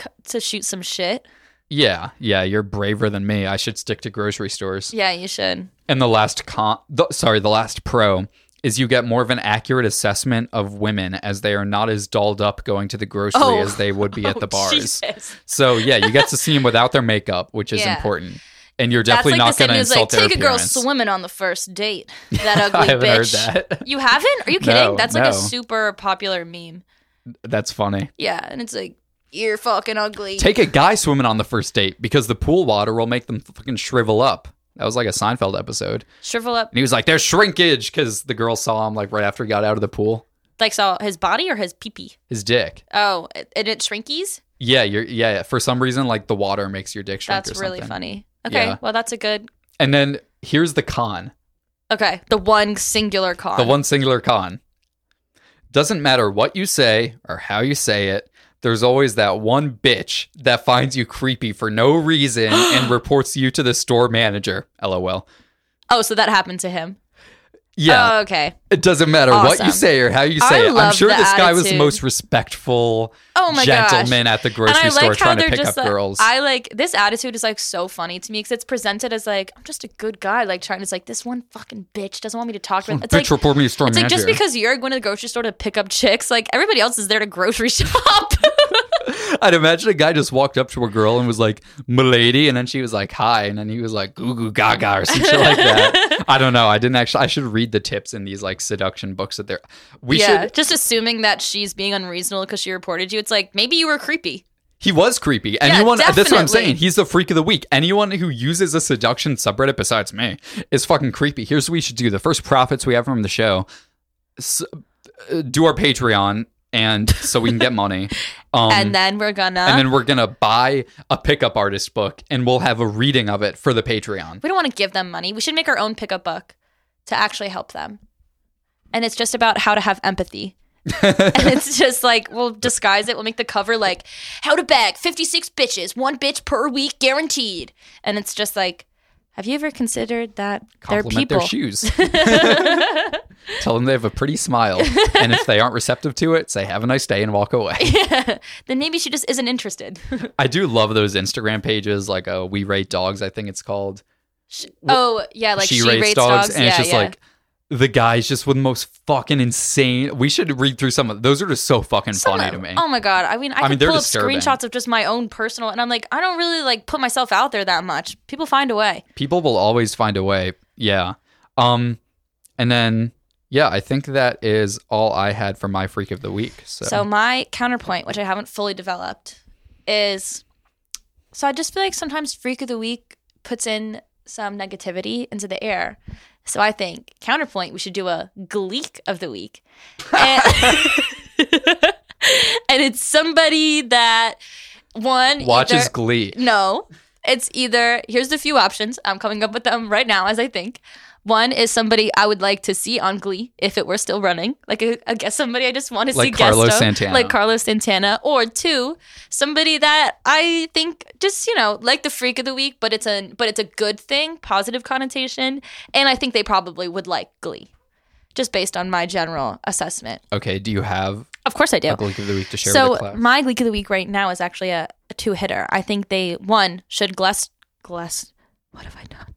S2: c- to shoot some shit.
S1: Yeah, yeah, you're braver than me. I should stick to grocery stores.
S2: Yeah, you should.
S1: And the last con, the, sorry, the last pro is you get more of an accurate assessment of women as they are not as dolled up going to the grocery
S2: Oh.
S1: as they would be at
S2: [laughs] Oh,
S1: the bars.
S2: Jesus.
S1: So yeah, you get to see
S2: [laughs]
S1: them without their makeup, which is
S2: Yeah.
S1: important. And you're
S2: That's
S1: definitely
S2: like the
S1: not
S2: same
S1: going to
S2: news like
S1: insult
S2: take a
S1: their
S2: girl
S1: appearance. [laughs]
S2: swimming on the first date. That ugly
S1: I haven't heard
S2: bitch.
S1: that. [laughs]
S2: You haven't? Are you kidding?
S1: No,
S2: That's like a
S1: no.
S2: super popular meme.
S1: That's funny.
S2: Yeah, and it's like you're fucking ugly.
S1: Take a guy swimming on the first date because the pool water will make them fucking shrivel up. That was like a Seinfeld episode.
S2: Shrivel up.
S1: And he was like, there's shrinkage because the girl saw him like right after he got out of the pool.
S2: Like saw his body or his pee pee.
S1: His dick.
S2: Oh, and it shrinkies.
S1: Yeah, you're, yeah, yeah. For some reason, like the water makes your dick shrink
S2: That's
S1: or
S2: really
S1: something.
S2: funny. Okay,
S1: Yeah.
S2: well that's a good.
S1: And then here's the con
S2: Okay, the one singular con.
S1: the one singular con. Doesn't matter what you say or how you say it, there's always that one bitch that finds you creepy for no
S2: [gasps]
S1: reason and reports you to the store manager. LOL.
S2: Oh, so that happened to him.
S1: Yeah.
S2: Oh, okay.
S1: It doesn't matter what
S2: Awesome.
S1: you say or how you
S2: I
S1: say it. I'm
S2: love
S1: sure
S2: the
S1: this guy was the
S2: attitude.
S1: most respectful
S2: Oh my gosh.
S1: gentleman at the grocery store trying to pick up
S2: like,
S1: girls.
S2: I like this attitude is like so funny to me because it's presented as like I'm just a good guy, like trying. It's like this one fucking bitch doesn't want me to talk to. her. It's
S1: Bitch,
S2: like
S1: report me to store
S2: it's like
S1: manager.
S2: just because you're going to the grocery store to pick up chicks, like everybody else is there to grocery [laughs] shop.
S1: I'd imagine a guy just walked up to a girl and was like, "Milady," and then she was like, "Hi," and then he was like, "Goo goo gaga" or some shit like
S2: [laughs]
S1: that. I don't know. I didn't actually. I should read the tips in these like seduction books that they're. [laughs] We
S2: yeah,
S1: should.
S2: just assuming that she's being unreasonable because she reported you. It's like maybe you were creepy.
S1: He was creepy. Anyone. that's what I'm
S2: definitely.
S1: saying. He's the freak of the week. Anyone who uses a seduction subreddit besides me is fucking creepy. Here's what we should do. The first profits we have from the show, s- uh, do our Patreon, and so we can get
S2: [laughs]
S1: money. Um,
S2: and then we're gonna.
S1: and then we're gonna buy a pickup artist book and we'll have a reading of it for the patreon
S2: we don't want to give them money. We should make our own pickup book to actually help them. And it's just about how to have
S1: [laughs]
S2: empathy. and it's just like we'll disguise it. We'll make the cover like how to bag 56 bitches, one bitch per week guaranteed. And it's just like have you ever considered that they're
S1: compliment
S2: people?
S1: their
S2: [laughs]
S1: shoes [laughs] tell them they have a pretty smile and if they aren't receptive to it say have a nice day and walk
S2: [laughs]
S1: away
S2: then maybe she just isn't interested.
S1: i do love those instagram pages like uh, we rate dogs i think it's called
S2: oh, yeah, like she, rates, dogs.
S1: and
S2: yeah,
S1: it's just
S2: yeah.
S1: like the guys just with the most fucking insane we should read through some of those are just so fucking
S2: Some
S1: funny
S2: of-
S1: to me
S2: Oh my god! I mean, I,
S1: mean,
S2: can
S1: they're
S2: pull
S1: disturbing.
S2: up screenshots of just my own personal, and I'm like, I don't really like put myself out there that much. People find a way.
S1: people will always find a way yeah um and then yeah i think that is all i had for my freak of the week so,
S2: So my counterpoint, which I haven't fully developed, is so I just feel like sometimes freak of the week puts in some negativity into the air. So I think counterpoint, we should do a gleek of the week.
S1: [laughs]
S2: And, [laughs] and it's somebody that one
S1: watches
S2: either-
S1: glee
S2: no. It's either here's the few options. I'm coming up with them right now as I think. One is somebody I would like to see on Glee if it were still running. Like I I guess somebody I just want to see
S1: Like Carlos
S2: guesto,
S1: Santana.
S2: like Carlos Santana, or two somebody that I think just you know like the freak of the week, but it's a but it's a good thing, positive connotation, and I think they probably would like Glee, just based on my general assessment.
S1: Okay, do you have
S2: Of course, I do.
S1: a Gleek of the Week to share with the
S2: So
S1: class?
S2: my Gleek of the week right now is actually a, a two hitter. I think they one should Gless Gless. What have I done?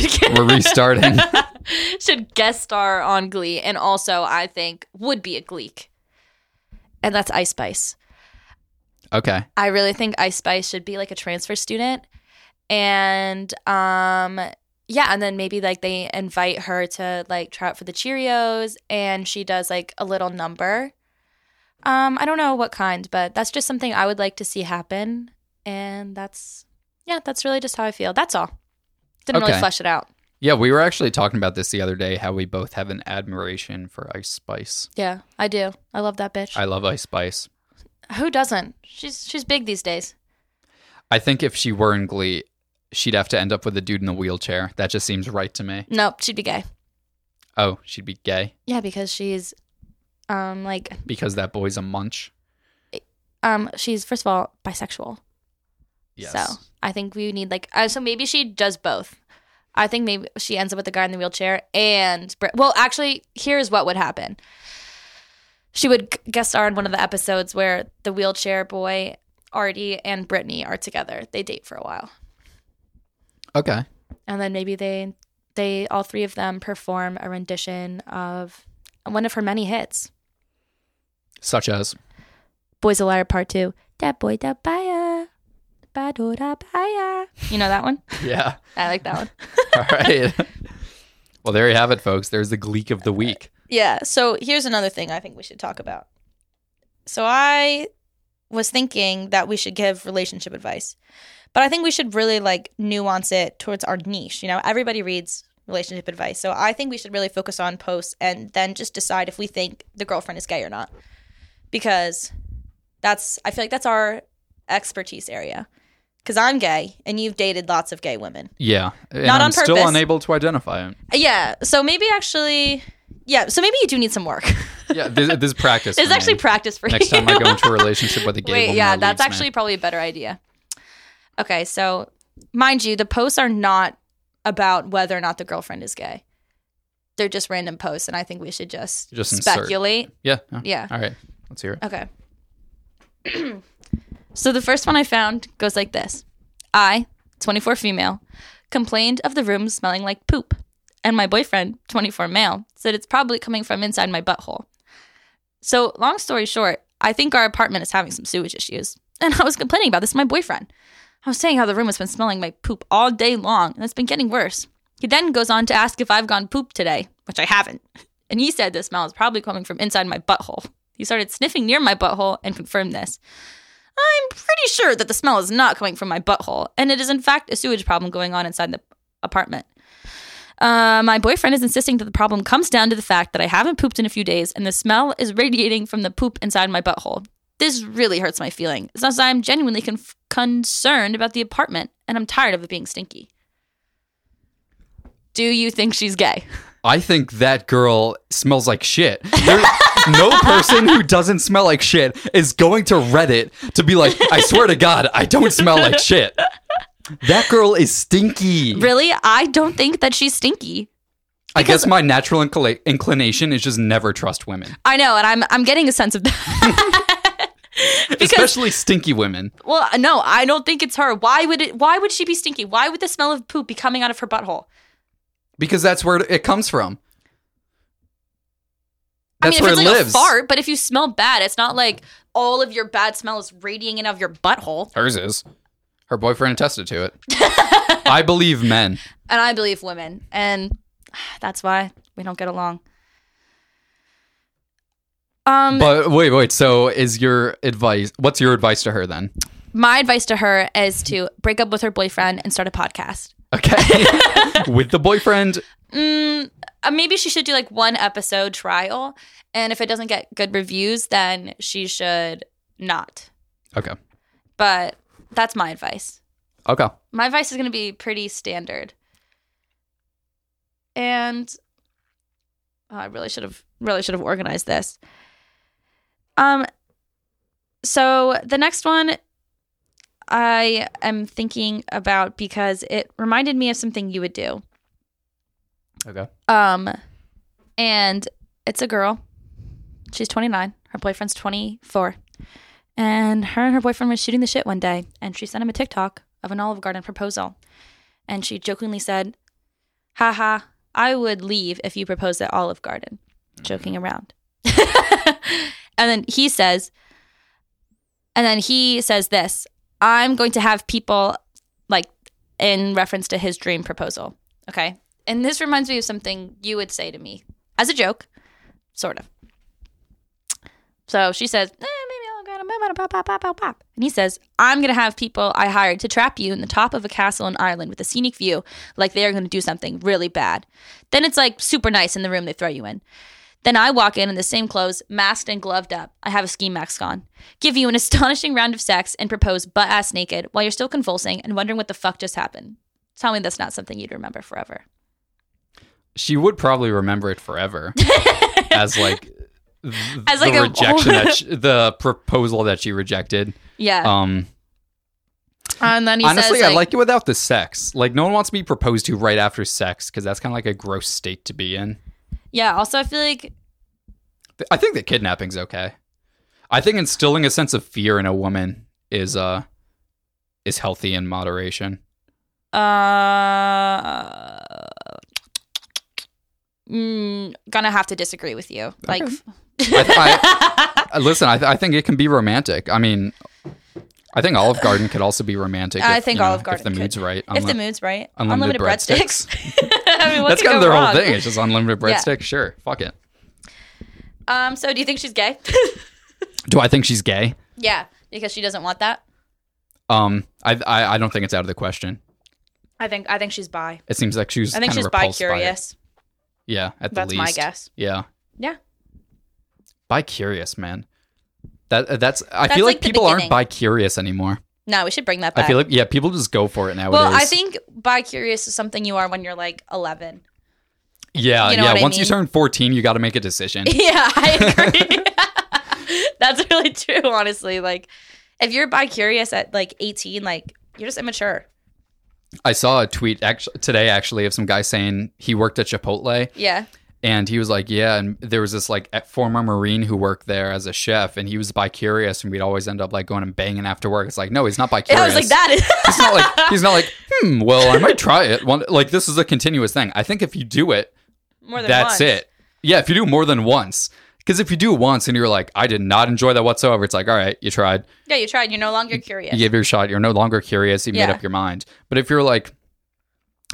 S2: [laughs]
S1: We're restarting. [laughs]
S2: should guest star on Glee, and also I think would be a Gleek, and that's Ice Spice.
S1: Okay.
S2: I really think Ice Spice should be like a transfer student, and um yeah, and then maybe like they invite her to like try out for the Cheerios, and she does like a little number. Um, I don't know what kind, but that's just something I would like to see happen, and that's yeah, that's really just how I feel. That's all. Didn't
S1: Okay.
S2: really flesh it out.
S1: Yeah, we were actually talking about this the other day how we both have an admiration for Ice Spice.
S2: Yeah, I do. I love that bitch.
S1: I love Ice Spice.
S2: Who doesn't? She's she's big these days.
S1: I think if she were in Glee, she'd have to end up with a dude in a wheelchair. That just seems right to me.
S2: Nope, she'd be gay.
S1: Oh, she'd be gay
S2: Yeah, because she's um like
S1: because that boy's a munch.
S2: um she's first of all bisexual.
S1: Yes.
S2: So I think we need like uh, so maybe she does both. I think maybe she ends up with the guy in the wheelchair and Bri- well actually here's what would happen. She would g- guest star in one of the episodes where the wheelchair boy Artie and Brittany are together. They date for a while.
S1: Okay.
S2: and then maybe they they all three of them perform a rendition of one of her many hits
S1: Such as [laughs]
S2: boys a liar part two that boy da baya Ba do da baya you know that one
S1: Yeah.
S2: i like that one
S1: All [laughs] right. well, there you have it, folks. There's the Gleek of the week.
S2: [laughs] yeah so here's another thing i think we should talk about so i was thinking that we should give relationship advice but i think we should really like nuance it towards our niche you know everybody reads relationship advice so i think we should really focus on posts and then just decide if we think the girlfriend is gay or not because that's i feel like that's our expertise area because i'm gay and you've dated lots of gay women
S1: Yeah. And
S2: Not
S1: I'm
S2: on
S1: still
S2: purpose.
S1: unable to identify it.
S2: yeah so maybe actually yeah so maybe you do need some work [laughs]
S1: Yeah, this, this is practice.
S2: It's
S1: for me.
S2: actually practice for
S1: Next
S2: you.
S1: time I go into a relationship with a gay
S2: Wait,
S1: woman
S2: yeah,
S1: that leaves
S2: that's
S1: me.
S2: actually probably a better idea. Okay, so mind you, the posts are not about whether or not the girlfriend is gay. They're just random posts, and I think we should just,
S1: Just insert.
S2: speculate.
S1: Yeah, yeah.
S2: Yeah.
S1: All right. Let's hear it.
S2: Okay. [clears throat] so the first one I found goes like this I, 24 female, complained of the room smelling like poop. And my boyfriend, 24 male, said it's probably coming from inside my butthole. So, long story short, I think our apartment is having some sewage issues. [laughs] And I was complaining about this to my boyfriend. I was saying how the room has been smelling like poop all day long, and it's been getting worse. He then goes on to ask if I've gone poop today, which I haven't. [laughs] And he said the smell is probably coming from inside my butthole. He started sniffing near my butthole and confirmed this. I'm pretty sure that the smell is not coming from my butthole, and it is in fact a sewage problem going on inside the apartment. Uh, my boyfriend is insisting that the problem comes down to the fact that I haven't pooped in a few days and the smell is radiating from the poop inside my butthole. This really hurts my feeling, since I'm genuinely conf- concerned about the apartment and I'm tired of it being stinky. Do you think she's gay?
S1: I think that girl smells like shit.
S2: [laughs]
S1: There- no person who doesn't smell like shit is going to Reddit to be like, I swear to God, I don't smell like shit. That girl is stinky.
S2: Really? I don't think that she's stinky.
S1: I guess my natural incl- inclination is just never trust women,
S2: I know, and I'm I'm getting a sense of that. because
S1: especially stinky women.
S2: well, uh, no, I don't think it's her. Why would it why would she be stinky? Why would the smell of poop be coming out of her butthole?
S1: because that's where it comes from.
S2: I mean, if it's like a fart, but if you smell bad, it's not like all of your bad smell is radiating out of your butthole.
S1: Hers is. Her boyfriend attested
S2: [laughs]
S1: to it. I believe men.
S2: And I believe women, and [sighs] that's why we don't get along. Um
S1: But wait, wait. So is your advice? What's your advice to her then?
S2: my advice to her is to break up with her boyfriend and start a podcast. [laughs]
S1: Okay, with the boyfriend.
S2: mm, uh, maybe she should do like one episode trial and if it doesn't get good reviews then she should not
S1: Okay,
S2: but that's my advice
S1: Okay.
S2: My advice is going to be pretty standard. And oh, I really should have really should have organized this. Um so the next one I am thinking about because it reminded me of something you would do.
S1: Okay.
S2: Um and it's a girl. She's 29. Her boyfriend's 24. And her and her boyfriend were shooting the shit one day, and she sent him a TikTok of an Olive Garden proposal. And she jokingly said, "Ha ha, I would leave if you proposed at Olive Garden. Joking around. [laughs] and then he says, and then he says this I'm going to have people like in reference to his dream proposal. Okay. And this reminds me of something you would say to me as a joke, sort of. So she says, eh, maybe I'll grab a memo, pop, pop, pop, pop, pop. And he says, I'm going to have people I hired to trap you in the top of a castle in Ireland with a scenic view, like they are going to do something really bad. Then it's like super nice in the room they throw you in. Then I walk in in the same clothes, masked and gloved up. I have a ski mask on. Give you an [laughs] astonishing round of sex and propose butt ass naked while you're still convulsing and wondering what the fuck just happened. Tell me that's not something you'd remember forever.
S1: She would probably remember it
S2: [laughs]
S1: forever as like th-
S2: As,
S1: the
S2: like, a-
S1: rejection that she, the proposal that she rejected.
S2: [laughs] Yeah.
S1: Um
S2: and then he
S1: honestly,
S2: says,
S1: I like it without the sex. Like no one wants to be proposed to right after sex cuz that's kind of like a gross state to be in.
S2: Yeah. Also, I feel like
S1: Th- I think that kidnapping's okay. I think instilling a sense of fear in a woman is uh is healthy in moderation.
S2: Uh, mm, gonna have to disagree with you. Like, [laughs]
S1: I- Uh, Listen, I, th- I think it can be romantic. I mean, I think Olive Garden could also be romantic.
S2: I
S1: if,
S2: think
S1: you know,
S2: Olive
S1: if
S2: Garden
S1: the
S2: could.
S1: mood's right.
S2: if the
S1: Unli-
S2: mood's right,
S1: unlimited
S2: unlimited, breadsticks. [laughs]
S1: [laughs]
S2: I mean, what
S1: That's
S2: could
S1: kind of
S2: go
S1: their whole
S2: wrong?
S1: thing. It's just unlimited
S2: Yeah.
S1: breadstick. Sure, fuck it.
S2: Um, so do you think
S1: [laughs]
S2: she's gay?
S1: Do I think she's gay?
S2: yeah, because she doesn't want that.
S1: Um, I, I I don't think it's out of the question.
S2: I think I think she's bi.
S1: It seems like she was.
S2: I think
S1: kinda
S2: she's bi
S1: repulsed by it.
S2: curious.
S1: yeah, at the
S2: That's
S1: least.
S2: my guess.
S1: Yeah.
S2: Yeah.
S1: Bi curious, man. That uh, that's. I
S2: That's
S1: feel like,
S2: like the
S1: people aren't
S2: beginning.
S1: bi curious anymore.
S2: No, we should bring that
S1: I
S2: back.
S1: feel like yeah, people just go for it nowadays.
S2: well, I think bi curious is something you are when you're like 11.
S1: yeah,
S2: you know
S1: yeah.
S2: what I
S1: Once you
S2: mean.
S1: turn fourteen, you got to make a
S2: [laughs]
S1: decision.
S2: Yeah, I agree. [laughs] That's really true, honestly. Like, if you're bi curious at like 18, like, you're just immature.
S1: I saw a tweet actually today actually of some guy saying he worked at Chipotle
S2: Yeah.
S1: and he was like, yeah, and there was this like former Marine who worked there as a chef and he was bi curious and we'd always end up like going and banging after work. It's like, no, he's not bi
S2: And
S1: curious.
S2: I was like, that [laughs]
S1: He's
S2: is.
S1: not like he's not like, hmm, well, I might try it. One, like this is a continuous thing. I think if you do it,
S2: More than
S1: that's
S2: once.
S1: it. Yeah, if you do more than once. Because if you do it once and you're like, I did not enjoy that whatsoever, it's like, all right, you tried.
S2: Yeah, you tried. You're no longer curious.
S1: You gave your shot. You're no longer curious. You made
S2: Yeah.
S1: up your mind. But if you're like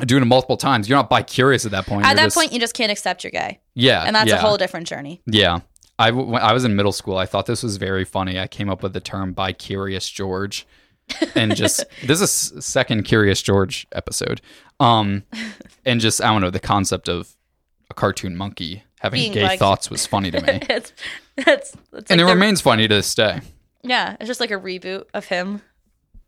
S1: doing it multiple times, you're not bi curious at that point.
S2: At
S1: You're
S2: that
S1: just-
S2: point, you just can't accept you're gay.
S1: yeah,
S2: And that's
S1: yeah,
S2: a whole different journey. [laughs]
S1: Yeah, I w- when I was in middle school. I thought this was very funny. I came up with the term bi curious George, and
S2: [laughs]
S1: just this is s- second curious George episode. Um, and just I don't know the concept of a cartoon monkey having
S2: Being
S1: gay
S2: like-
S1: thoughts was funny
S2: [laughs]
S1: to me.
S2: it's, that's,
S1: And
S2: that's like
S1: it
S2: the-
S1: remains funny to this day.
S2: Yeah, it's just like a reboot of him.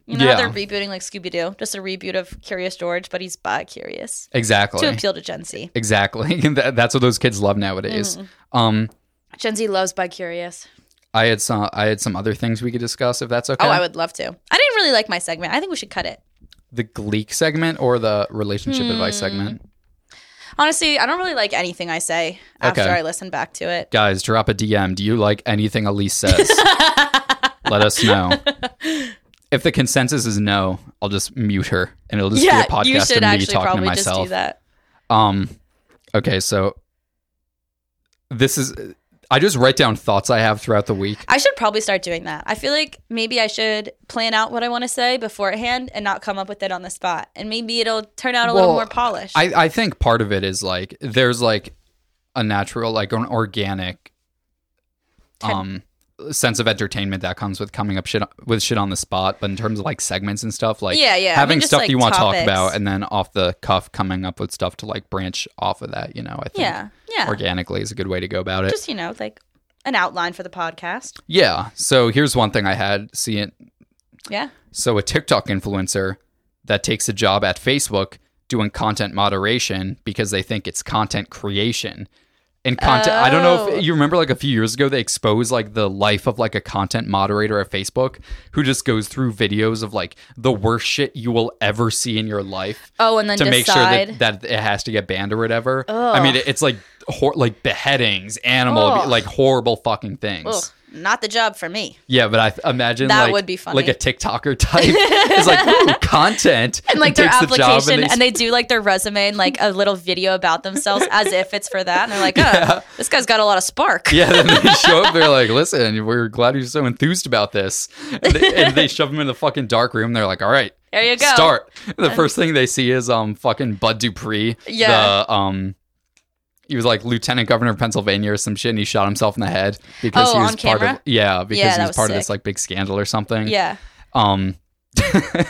S2: You know
S1: Yeah.
S2: how they're rebooting like Scooby Doo? Just a reboot of Curious George, but he's bi curious
S1: Exactly.
S2: to appeal to Gen Z.
S1: Exactly. [laughs] That- That's what those kids love nowadays.
S2: Mm.
S1: Um,
S2: Gen Z loves bi curious.
S1: I had some. I had some other things we could discuss if that's okay.
S2: Oh, I would love to. I didn't really like my segment. I think we should cut it.
S1: the Gleek segment or the relationship advice segment.
S2: Honestly, I don't really like anything I say after
S1: Okay.
S2: I listen back to [laughs] it.
S1: Guys, drop a DM. Do you like anything Elise says?
S2: [laughs]
S1: Let us know. If the consensus is no, I'll just mute her, and it'll just
S2: yeah,
S1: be a podcast
S2: you should
S1: of me
S2: actually
S1: talking to
S2: probably just do
S1: myself.
S2: that.
S1: Um. Okay, so this is. I just write down thoughts I have throughout the week.
S2: I should probably start doing that. I feel like maybe I should plan out what I want to say beforehand and not come up with it on the spot. And maybe it'll turn out a little
S1: Well,
S2: more polished.
S1: I, I think part of it is like there's like a natural, like an organic
S2: Ten-
S1: um sense of entertainment that comes with coming up shit with shit on the spot. But in terms of like segments and stuff, like
S2: Yeah, yeah. I
S1: having
S2: mean, just,
S1: stuff
S2: like,
S1: you want to talk
S2: topics.
S1: about and then off the cuff coming up with stuff to like branch off of that, you know, I think
S2: yeah, yeah.
S1: organically is a good way to go about it.
S2: Just, you know, like an outline for the podcast.
S1: yeah. So here's one thing I had seeing
S2: Yeah.
S1: so a TikTok influencer that takes a job at Facebook doing content moderation because they think it's content creation. And content, I don't know
S2: Oh.
S1: if you remember like a few years ago, they exposed like the life of like a content moderator at Facebook who just goes through videos of like the worst shit you will ever see in your life
S2: Oh, and then
S1: to
S2: decide.
S1: make sure that, that it has to get banned or whatever. I mean, it's like hor- like beheadings, animal,
S2: Ugh.
S1: like horrible fucking things.
S2: Ugh, not the job for me.
S1: Yeah, but I th- imagine
S2: That
S1: like,
S2: would be funny.
S1: like a TikToker type is
S2: [laughs]
S1: like ooh, content
S2: And like their
S1: takes the job
S2: application, and they,
S1: s-
S2: do like their resume and like a little video about themselves as if it's for that. And
S1: [laughs]
S2: they're like, oh, this guy's got a lot of spark.
S1: yeah, then they show up. They're like, "Listen, we're glad you're so enthused about this," and they, and they shove them in the fucking dark room. They're like, "All right,
S2: There you go. Uh,
S1: start." The first thing they see is um fucking Bud Dupree.
S2: Yeah.
S1: the, um, he was like lieutenant governor of Pennsylvania or some shit, and he shot himself in the head because
S2: Oh,
S1: he was
S2: on
S1: part
S2: camera?
S1: of yeah because
S2: Yeah,
S1: he
S2: that
S1: was,
S2: was
S1: part of this
S2: sick.
S1: like big scandal or something.
S2: Yeah,
S1: Um.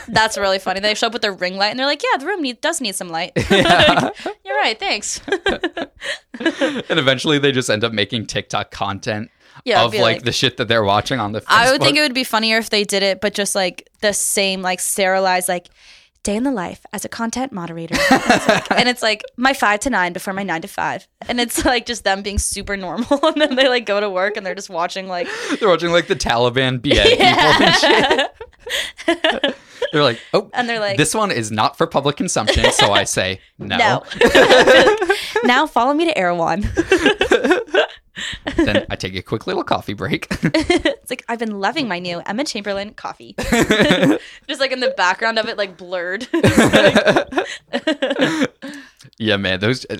S2: that's really funny. They show up with their ring light and they're like, yeah, the room need- does need some light.
S1: [laughs] Yeah.
S2: [laughs] You're right. Thanks.
S1: and eventually they just end up making TikTok content
S2: Yeah, it'd
S1: of
S2: be
S1: like, the shit that they're watching on the Facebook.
S2: I would think it would be funnier if they did it, but just like the same, like sterilized, like day in the life as a
S1: [laughs]
S2: content moderator. It's like- and it's like my five to nine before my nine to five. And it's like just them being super normal. [laughs] And then they like go to work and they're just watching, like,
S1: [laughs] they're watching like the
S2: [laughs]
S1: Taliban behead people and shit. They're like, oh,
S2: And they're like-
S1: this one is not for public consumption, so I
S2: [laughs]
S1: say no.
S2: no. [laughs] now follow me to Erewhon.
S1: [laughs]
S2: [laughs]
S1: then I take a quick little coffee break. [laughs]
S2: It's like I've been loving my new Emma Chamberlain
S1: [laughs]
S2: coffee. [laughs] just like in the background of it, like blurred.
S1: yeah, man, those. uh,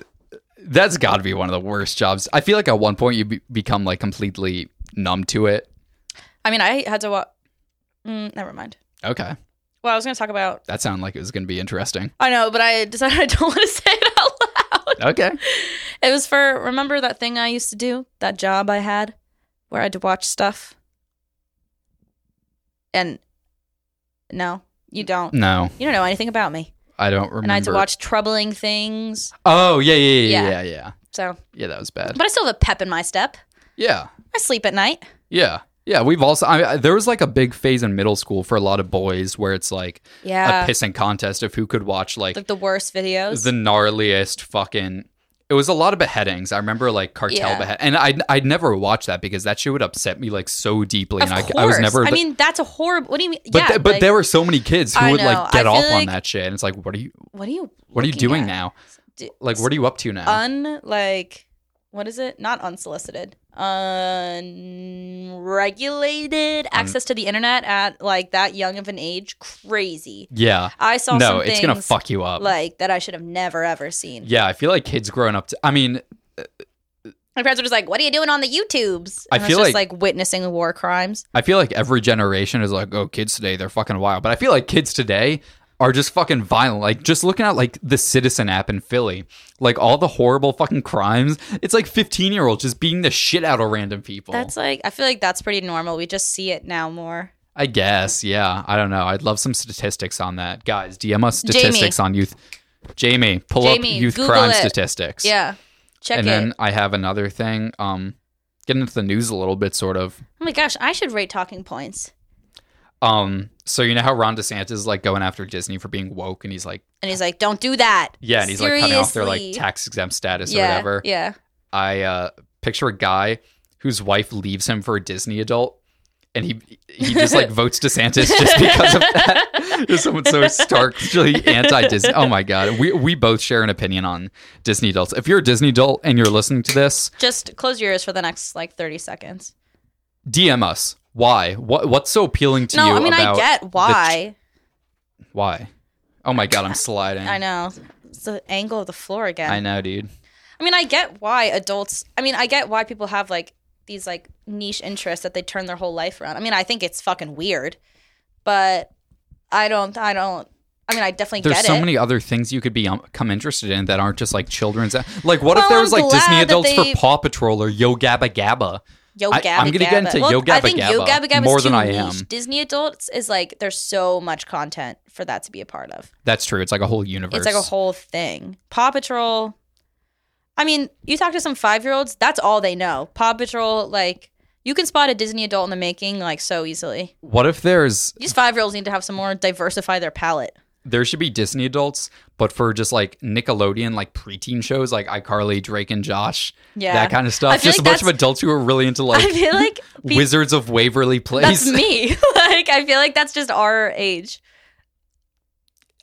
S1: That's got to be one of the worst jobs. I feel like at one point you be- become like completely numb to it.
S2: I mean, I had to watch. Mm, never mind.
S1: Okay,
S2: Well, I was going to talk about
S1: that sounded like it was going to be interesting.
S2: I know, but I [laughs] decided I don't want to say it out loud.
S1: Okay,
S2: It was for remember that thing I used to do, that job I had where I had to watch stuff. And no, you don't.
S1: no,
S2: You don't know anything about me.
S1: I don't remember.
S2: And I had to watch troubling things.
S1: Oh yeah, yeah, yeah,
S2: Yeah.
S1: yeah, yeah.
S2: So,
S1: Yeah, that was bad.
S2: but I still have a pep in my step.
S1: Yeah,
S2: I sleep at night.
S1: yeah, yeah. We've also I, I- there was like a big phase in middle school for a lot of boys where it's like
S2: Yeah.
S1: a pissing contest of who could watch like
S2: like the worst videos.
S1: the gnarliest fucking. It was a lot of beheadings. I remember like cartel
S2: Yeah.
S1: behead, and I I never watched that because that shit would upset me like so deeply,
S2: of
S1: and I,
S2: course.
S1: I was never.
S2: I mean, that's a horrible. What do you mean?
S1: but
S2: yeah,
S1: th- but
S2: like,
S1: there were so many kids who
S2: I
S1: would
S2: know.
S1: like get
S2: I
S1: off
S2: feel
S1: on
S2: like-
S1: that shit, and it's like, what are you
S2: What are you?
S1: what are you
S2: looking
S1: doing
S2: at?
S1: now?
S2: Do-
S1: Like, what are you up to now?
S2: un like what is it? Not unsolicited. Unregulated access to the internet at like that young of an age. Crazy.
S1: yeah,
S2: I saw
S1: no,
S2: some
S1: it's gonna
S2: things,
S1: fuck you up.
S2: like that I should have never ever seen.
S1: yeah, I feel like kids growing up. To, I mean,
S2: My friends were just like, "What are you doing on the YouTubes?"
S1: I
S2: And
S1: feel
S2: was just
S1: like-
S2: like, witnessing war crimes.
S1: I feel like every generation is like, oh, kids today, they're fucking wild. But I feel like kids today are just fucking violent. Like, just looking at like the Citizen app in Philly, like all the horrible fucking crimes. It's like 15 year olds just beating the shit out of random people.
S2: That's like I feel like that's pretty normal. We just see it now more.
S1: I guess. Yeah. I don't know. I'd love some statistics on that. Guys, DM us statistics on youth. Jamie, pull
S2: Jamie,
S1: up youth
S2: Google
S1: crime
S2: it.
S1: statistics.
S2: Yeah, check
S1: And
S2: it.
S1: then I have another thing. Um, getting into the news a little bit, sort of.
S2: oh my gosh, I should rate talking points.
S1: Um, so you know how Ron DeSantis is like going after Disney for being woke, and he's like,
S2: And he's like, "Don't do that."
S1: Yeah, and he's like cutting off their like
S2: Seriously.
S1: tax exempt status
S2: yeah,
S1: or whatever.
S2: Yeah.
S1: I uh, picture a guy whose wife leaves him for a Disney adult, and he he just
S2: [laughs]
S1: like votes DeSantis just because of that. [laughs] Just someone so starkly anti Disney. Oh my god, we we both share an opinion on Disney adults. If you're a Disney adult and you're listening to this,
S2: Just close your ears for the next like 30 seconds.
S1: DM us. Why? What what's so appealing to
S2: No,
S1: you?
S2: I mean, I
S1: about
S2: get why.
S1: the- why. Oh my god, I'm sliding.
S2: [laughs] I know. It's the angle of the floor again.
S1: I know, dude.
S2: I mean, I get why adults, I mean, I get why people have like these like niche interests that they turn their whole life around. I mean, I think it's fucking weird, but I don't, I don't, I mean, I definitely
S1: There's
S2: get
S1: so
S2: it.
S1: many other things you could be um, come interested in that aren't just like children's. Like, what if
S2: Well,
S1: there was
S2: I'm
S1: like Disney
S2: glad that
S1: adults
S2: they-
S1: for Paw Patrol or Yo Gabba Gabba?
S2: Yo
S1: I-
S2: Gabba
S1: I'm gonna get
S2: Gabba.
S1: into
S2: well,
S1: Yo
S2: I
S1: Gabba
S2: think Yo
S1: Gabba
S2: Gabba Gabba
S1: more
S2: is
S1: than
S2: too
S1: I
S2: niche.
S1: am.
S2: Disney adults is like, there's so much content for that to be a part of.
S1: That's true. It's like a whole universe.
S2: It's like a whole thing. Paw Patrol. I mean, you talk to some five year olds, that's all they know. Paw Patrol, like, you can spot a Disney adult in the making, like, so easily.
S1: What if there's
S2: These five year olds need to have some more diversify their palette.
S1: there should be Disney adults, but for just like Nickelodeon, like preteen shows like iCarly, Drake and Josh,
S2: Yeah.
S1: that kind of
S2: I
S1: stuff.
S2: feel
S1: Just a
S2: like
S1: bunch of
S2: that's-
S1: adults who are really into
S2: [laughs] I
S1: like [laughs]
S2: feel like pe-
S1: Wizards of Waverly Place.
S2: that's me. [laughs] like I feel like that's just our age.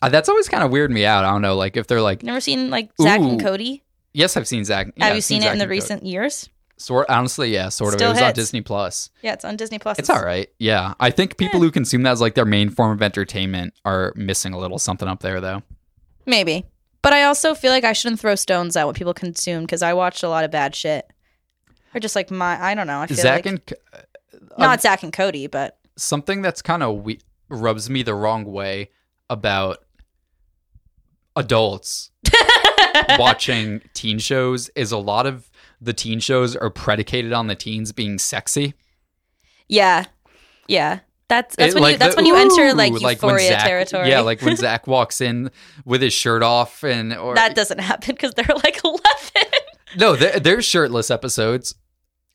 S1: Uh, that's always kind of weirded me out. I don't know, like if they're like,
S2: Never seen like Zach and
S1: Ooh.
S2: Cody.
S1: yes, I've seen Zach. yeah,
S2: Have you
S1: I've
S2: seen it
S1: Zack
S2: in the
S1: and Cody.
S2: recent years?
S1: Sort honestly, yeah, sort of.
S2: Still
S1: it was on
S2: hits.
S1: Disney Plus.
S2: Yeah, it's on Disney Plus.
S1: It's all right. Yeah, I think people
S2: Yeah.
S1: who consume that as like their main form of entertainment are missing a little something up there, though.
S2: Maybe. But I also feel like I shouldn't throw stones at what people consume because I watched a lot of bad shit. Or just like my, I don't know. I feel
S1: Zach
S2: like
S1: and C- Um,
S2: not Zach and Cody, but
S1: something that's kind of we- rubs me the wrong way about adults
S2: [laughs]
S1: watching teen shows is a lot of the teen shows are predicated on the teens being sexy.
S2: yeah, yeah. That's that's
S1: It-
S2: when
S1: like
S2: you that's
S1: the-
S2: when you enter like
S1: ooh,
S2: euphoria
S1: when Zach-
S2: territory.
S1: Yeah, like when Zach walks in with his shirt off and or
S2: that doesn't [laughs] happen because they're like eleven.
S1: no, there, there's shirtless episodes.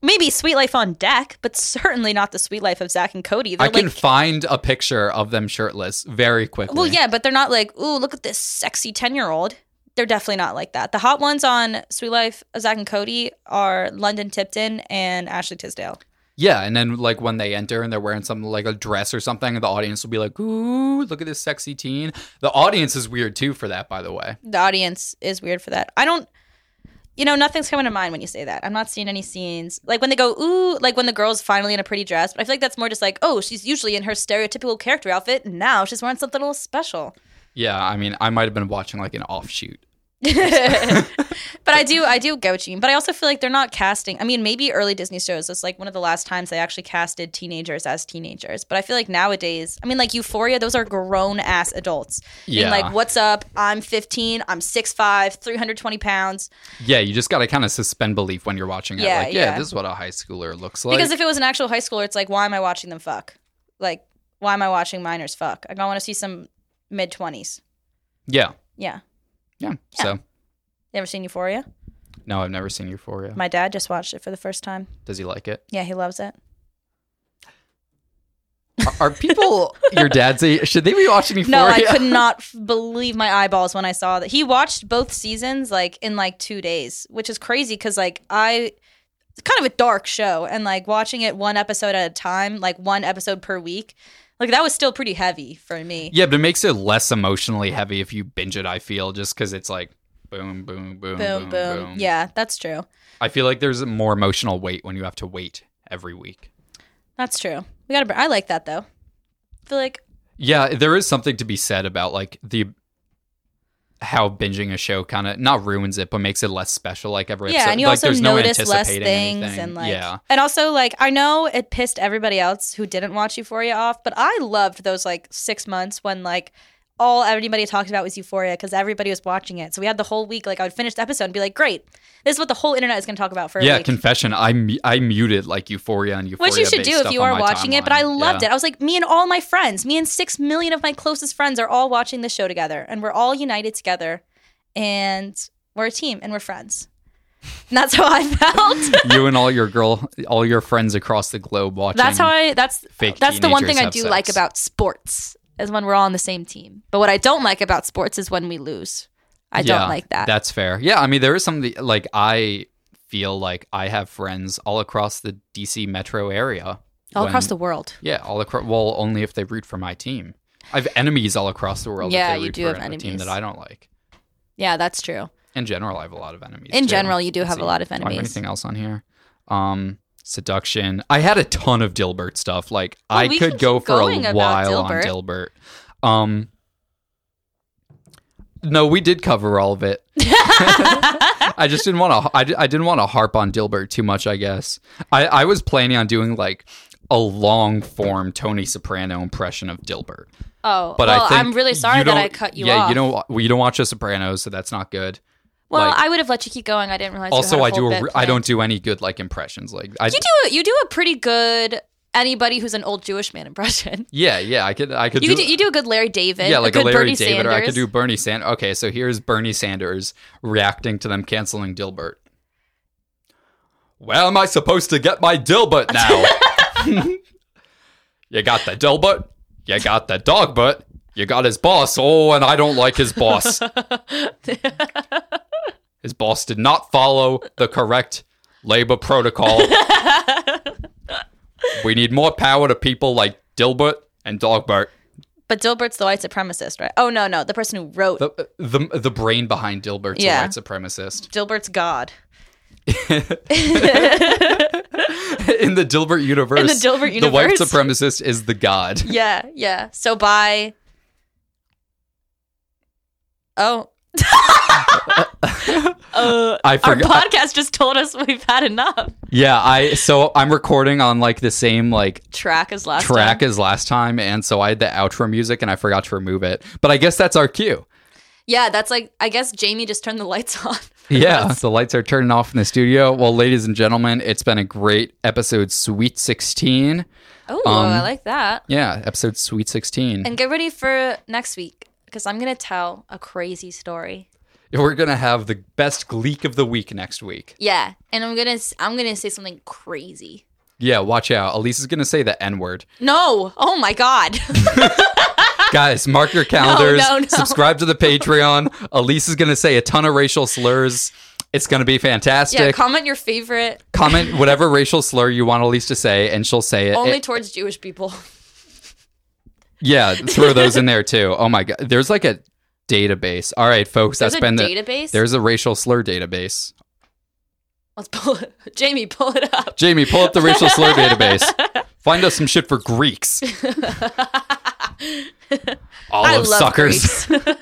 S2: Maybe Sweet Life on Deck, but certainly not the Sweet Life of Zach and Cody. They're
S1: I can
S2: like,
S1: find a picture of them shirtless very quickly.
S2: well, yeah, but they're not like, ooh, look at this sexy ten year old. They're definitely not like that. The hot ones on Sweet Life of Zach and Cody are London Tipton and Ashley Tisdale.
S1: Yeah, and then like when they enter and they're wearing something like a dress or something, the audience will be like, "Ooh, look at this sexy teen." The audience is weird too for that, by the way.
S2: the audience is weird for that. I don't, you know, nothing's coming to mind when you say that. I'm not seeing any scenes like when they go ooh, like when the girl's finally in a pretty dress. But I feel like that's more just like oh, she's usually in her stereotypical character outfit, and now she's wearing something a little special. [laughs]
S1: Yeah, I mean, I might have been watching like an offshoot.
S2: but I do, I do get what you mean. But I also feel like they're not casting. I mean, maybe early Disney shows. It's like one of the last times they actually casted teenagers as teenagers. But I feel like nowadays, I mean, like Euphoria, those are grown ass adults. Yeah.
S1: Yeah.
S2: like, what's up? I'm 15. I'm 6'5", 320 pounds.
S1: Yeah, you just got to kind of suspend belief when you're watching it.
S2: Yeah,
S1: like, yeah,
S2: yeah.
S1: this is what a high schooler looks like.
S2: because if it was an actual high schooler, it's like, why am I watching them fuck? Like, why am I watching minors fuck? Like, I want to see some mid twenties.
S1: yeah,
S2: Yeah.
S1: yeah, So,
S2: You ever seen Euphoria?
S1: no, I've never seen Euphoria.
S2: My dad just watched it for the first time.
S1: Does he like it?
S2: Yeah, he loves it.
S1: Are, are
S2: [laughs]
S1: people your dad's age? Should they be watching Euphoria?
S2: No, I
S1: [laughs]
S2: could not f- believe my eyeballs when I saw that. He watched both seasons like in like two days, which is crazy because like I, it's kind of a dark show, and like watching it one episode at a time, like one episode per week, like that was still pretty heavy for me.
S1: Yeah, but it makes it less emotionally heavy if you binge it. I feel just because it's like boom, boom, boom,
S2: boom, boom.
S1: boom.
S2: Yeah, that's true.
S1: I feel like there's more emotional weight when you have to wait every week.
S2: That's true. We gotta. br- I like that though. I feel like
S1: Yeah, there is something to be said about like the how binging a show kind of not ruins it, but makes it less special. Like every
S2: yeah,
S1: episode,
S2: and you
S1: like
S2: also
S1: there's
S2: notice
S1: no
S2: less
S1: anticipating
S2: things
S1: anything.
S2: and like
S1: yeah,
S2: and also like I know it pissed everybody else who didn't watch Euphoria off, but I loved those like six months when like all everybody talked about was Euphoria because everybody was watching it. So we had the whole week. Like I would finish the episode and be like, "Great, this is what the whole internet is going to talk about for a
S1: yeah.
S2: week."
S1: Confession, I mu- I muted like Euphoria and Euphoria.
S2: Which you should do if you are watching it, but I loved it. I was like, me and all my friends, me and six million of my closest friends are all watching the show together, and we're all united together, and we're a team, and we're friends. And that's how I [laughs]
S1: [laughs]
S2: felt.
S1: it. you and all your girl, all your friends across the
S2: [laughs]
S1: globe watching.
S2: that's how I. That's
S1: Fake
S2: that's the one thing I
S1: teenagers
S2: do
S1: have
S2: like
S1: sex.
S2: about sports is when we're all on the same team. But what I don't like about sports is when we lose. I
S1: Yeah,
S2: don't like that.
S1: That's fair. Yeah, I mean, there is something like I feel like I have friends all across the DC metro area,
S2: all
S1: when-
S2: across the world.
S1: Yeah, all across. Well, only if they root for my team. I have enemies all across the world.
S2: Yeah,
S1: if they
S2: you
S1: root
S2: do
S1: for
S2: have
S1: a team
S2: enemies.
S1: that I don't like.
S2: Yeah, that's true.
S1: In general, I have a lot of enemies.
S2: In
S1: too.
S2: general, you do
S1: Let's
S2: have a
S1: see.
S2: lot of
S1: Do I have
S2: enemies.
S1: anything else on here? Um, seduction. I had a ton of Dilbert stuff. Like I
S2: we
S1: could
S2: can
S1: go
S2: keep
S1: for
S2: going
S1: a
S2: about
S1: while on Dilbert. Um, no, we did cover all of
S2: [laughs]
S1: it. I just didn't want to. I, di- I didn't want to harp on Dilbert too much. I guess I, I was planning on doing like a long form Tony Soprano impression of Dilbert.
S2: Oh,
S1: But
S2: well,
S1: I think
S2: I'm really
S1: you
S2: sorry that I
S1: don't-
S2: cut you
S1: yeah,
S2: off.
S1: you don't. wa- well, You don't watch The Sopranos, so that's not good.
S2: Well,
S1: Like-
S2: I would have let you keep going. I didn't realize.
S1: also,
S2: you
S1: I
S2: had a
S1: do.
S2: whole
S1: A,
S2: bit
S1: re- I
S2: planned.
S1: don't do any good like impressions. Like I
S2: You do. A, you do a pretty good anybody who's an old Jewish man
S1: [laughs]
S2: impression.
S1: Yeah, yeah. I could. I could
S2: You
S1: do.
S2: do, you do a good Larry David.
S1: yeah, like
S2: a
S1: a
S2: good
S1: Larry
S2: Bernie
S1: David, or I could do
S2: Sanders.
S1: Bernie Sanders. Okay, so here's Bernie Sanders reacting to them canceling Dilbert. Where am I supposed to get my Dilbert
S2: [laughs]
S1: now? you got the Dilbert. You got the Dogbert. you got his boss. Oh, and I don't like his
S2: [laughs]
S1: boss. his boss did not follow the correct labor
S2: [laughs]
S1: protocol. we need more power to people like Dilbert and Dogbert.
S2: But Dilbert's the white supremacist, right? Oh no, no, the person who wrote
S1: The, uh, the, the brain behind Dilbert's
S2: Yeah.
S1: a white supremacist. [laughs]
S2: Dilbert's God.
S1: In the Dilbert universe,
S2: Dilbert
S1: the white
S2: universe.
S1: supremacist is the god. [laughs]
S2: Yeah, yeah. So by
S1: [laughs]
S2: Oh. uh,
S1: I
S2: our
S1: forgot.
S2: podcast just told us we've had enough.
S1: yeah, I so I'm recording on like the same like
S2: Track is last
S1: track
S2: Time.
S1: as last time, and so I had the outro music and I forgot to remove it. But I guess that's our
S2: [laughs]
S1: cue.
S2: Yeah, that's like I guess Jamie just turned the lights on. [laughs]
S1: Yeah, the lights are turning off in the studio. Well, ladies and gentlemen, it's been a great episode, Sweet 16.
S2: Oh,
S1: Um,
S2: I like that.
S1: Yeah, episode Sweet 16.
S2: And get ready for next week because I'm gonna tell a crazy story.
S1: We're going to have the best gleek of the week next week.
S2: Yeah, and I'm gonna s- I'm gonna say something crazy.
S1: Yeah, watch out. Elise is going to say the N word.
S2: No, oh my god. [laughs]
S1: Guys, mark your calendars.
S2: no, no.
S1: Subscribe to the Patreon. Elise is going to say a ton of racial slurs. It's going to be fantastic.
S2: yeah, comment your favorite
S1: Comment whatever racial slur you want Elise to say, and she'll say it.
S2: only
S1: It-
S2: towards
S1: [laughs]
S2: Jewish people.
S1: yeah, throw those in there too. Oh my God. There's like a database. All right, folks,
S2: There's
S1: that's
S2: a
S1: been the.
S2: database.
S1: There's a racial slur database.
S2: Let's pull it. [laughs] Jamie, pull it up.
S1: Jamie, pull up the racial
S2: [laughs]
S1: slur database. Find us some shit for Greeks. Olive suckers.
S2: Greeks. [laughs]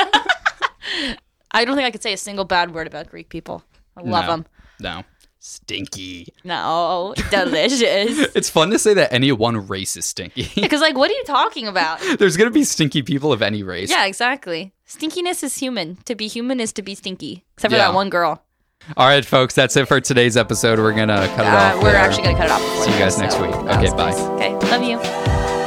S2: I don't think I could say a single bad word about Greek people. I
S1: [laughs]
S2: love
S1: No.
S2: them.
S1: No. Stinky.
S2: No,
S1: [laughs]
S2: delicious. [laughs]
S1: It's fun to say that any one race is stinky. [laughs]
S2: Because like, what are you talking about?
S1: There's going to be stinky people of any race.
S2: Yeah, exactly. Stinkiness is human. To be human is to be stinky. Except for
S1: Yeah.
S2: that one girl.
S1: All right, folks, that's it for today's episode. We're going to cut it
S2: Uh,
S1: off.
S2: we're
S1: there.
S2: actually gonna cut it off. before
S1: See you guys
S2: this,
S1: next
S2: so
S1: week.
S2: that was
S1: Okay, bye.
S2: nice. Okay, love you.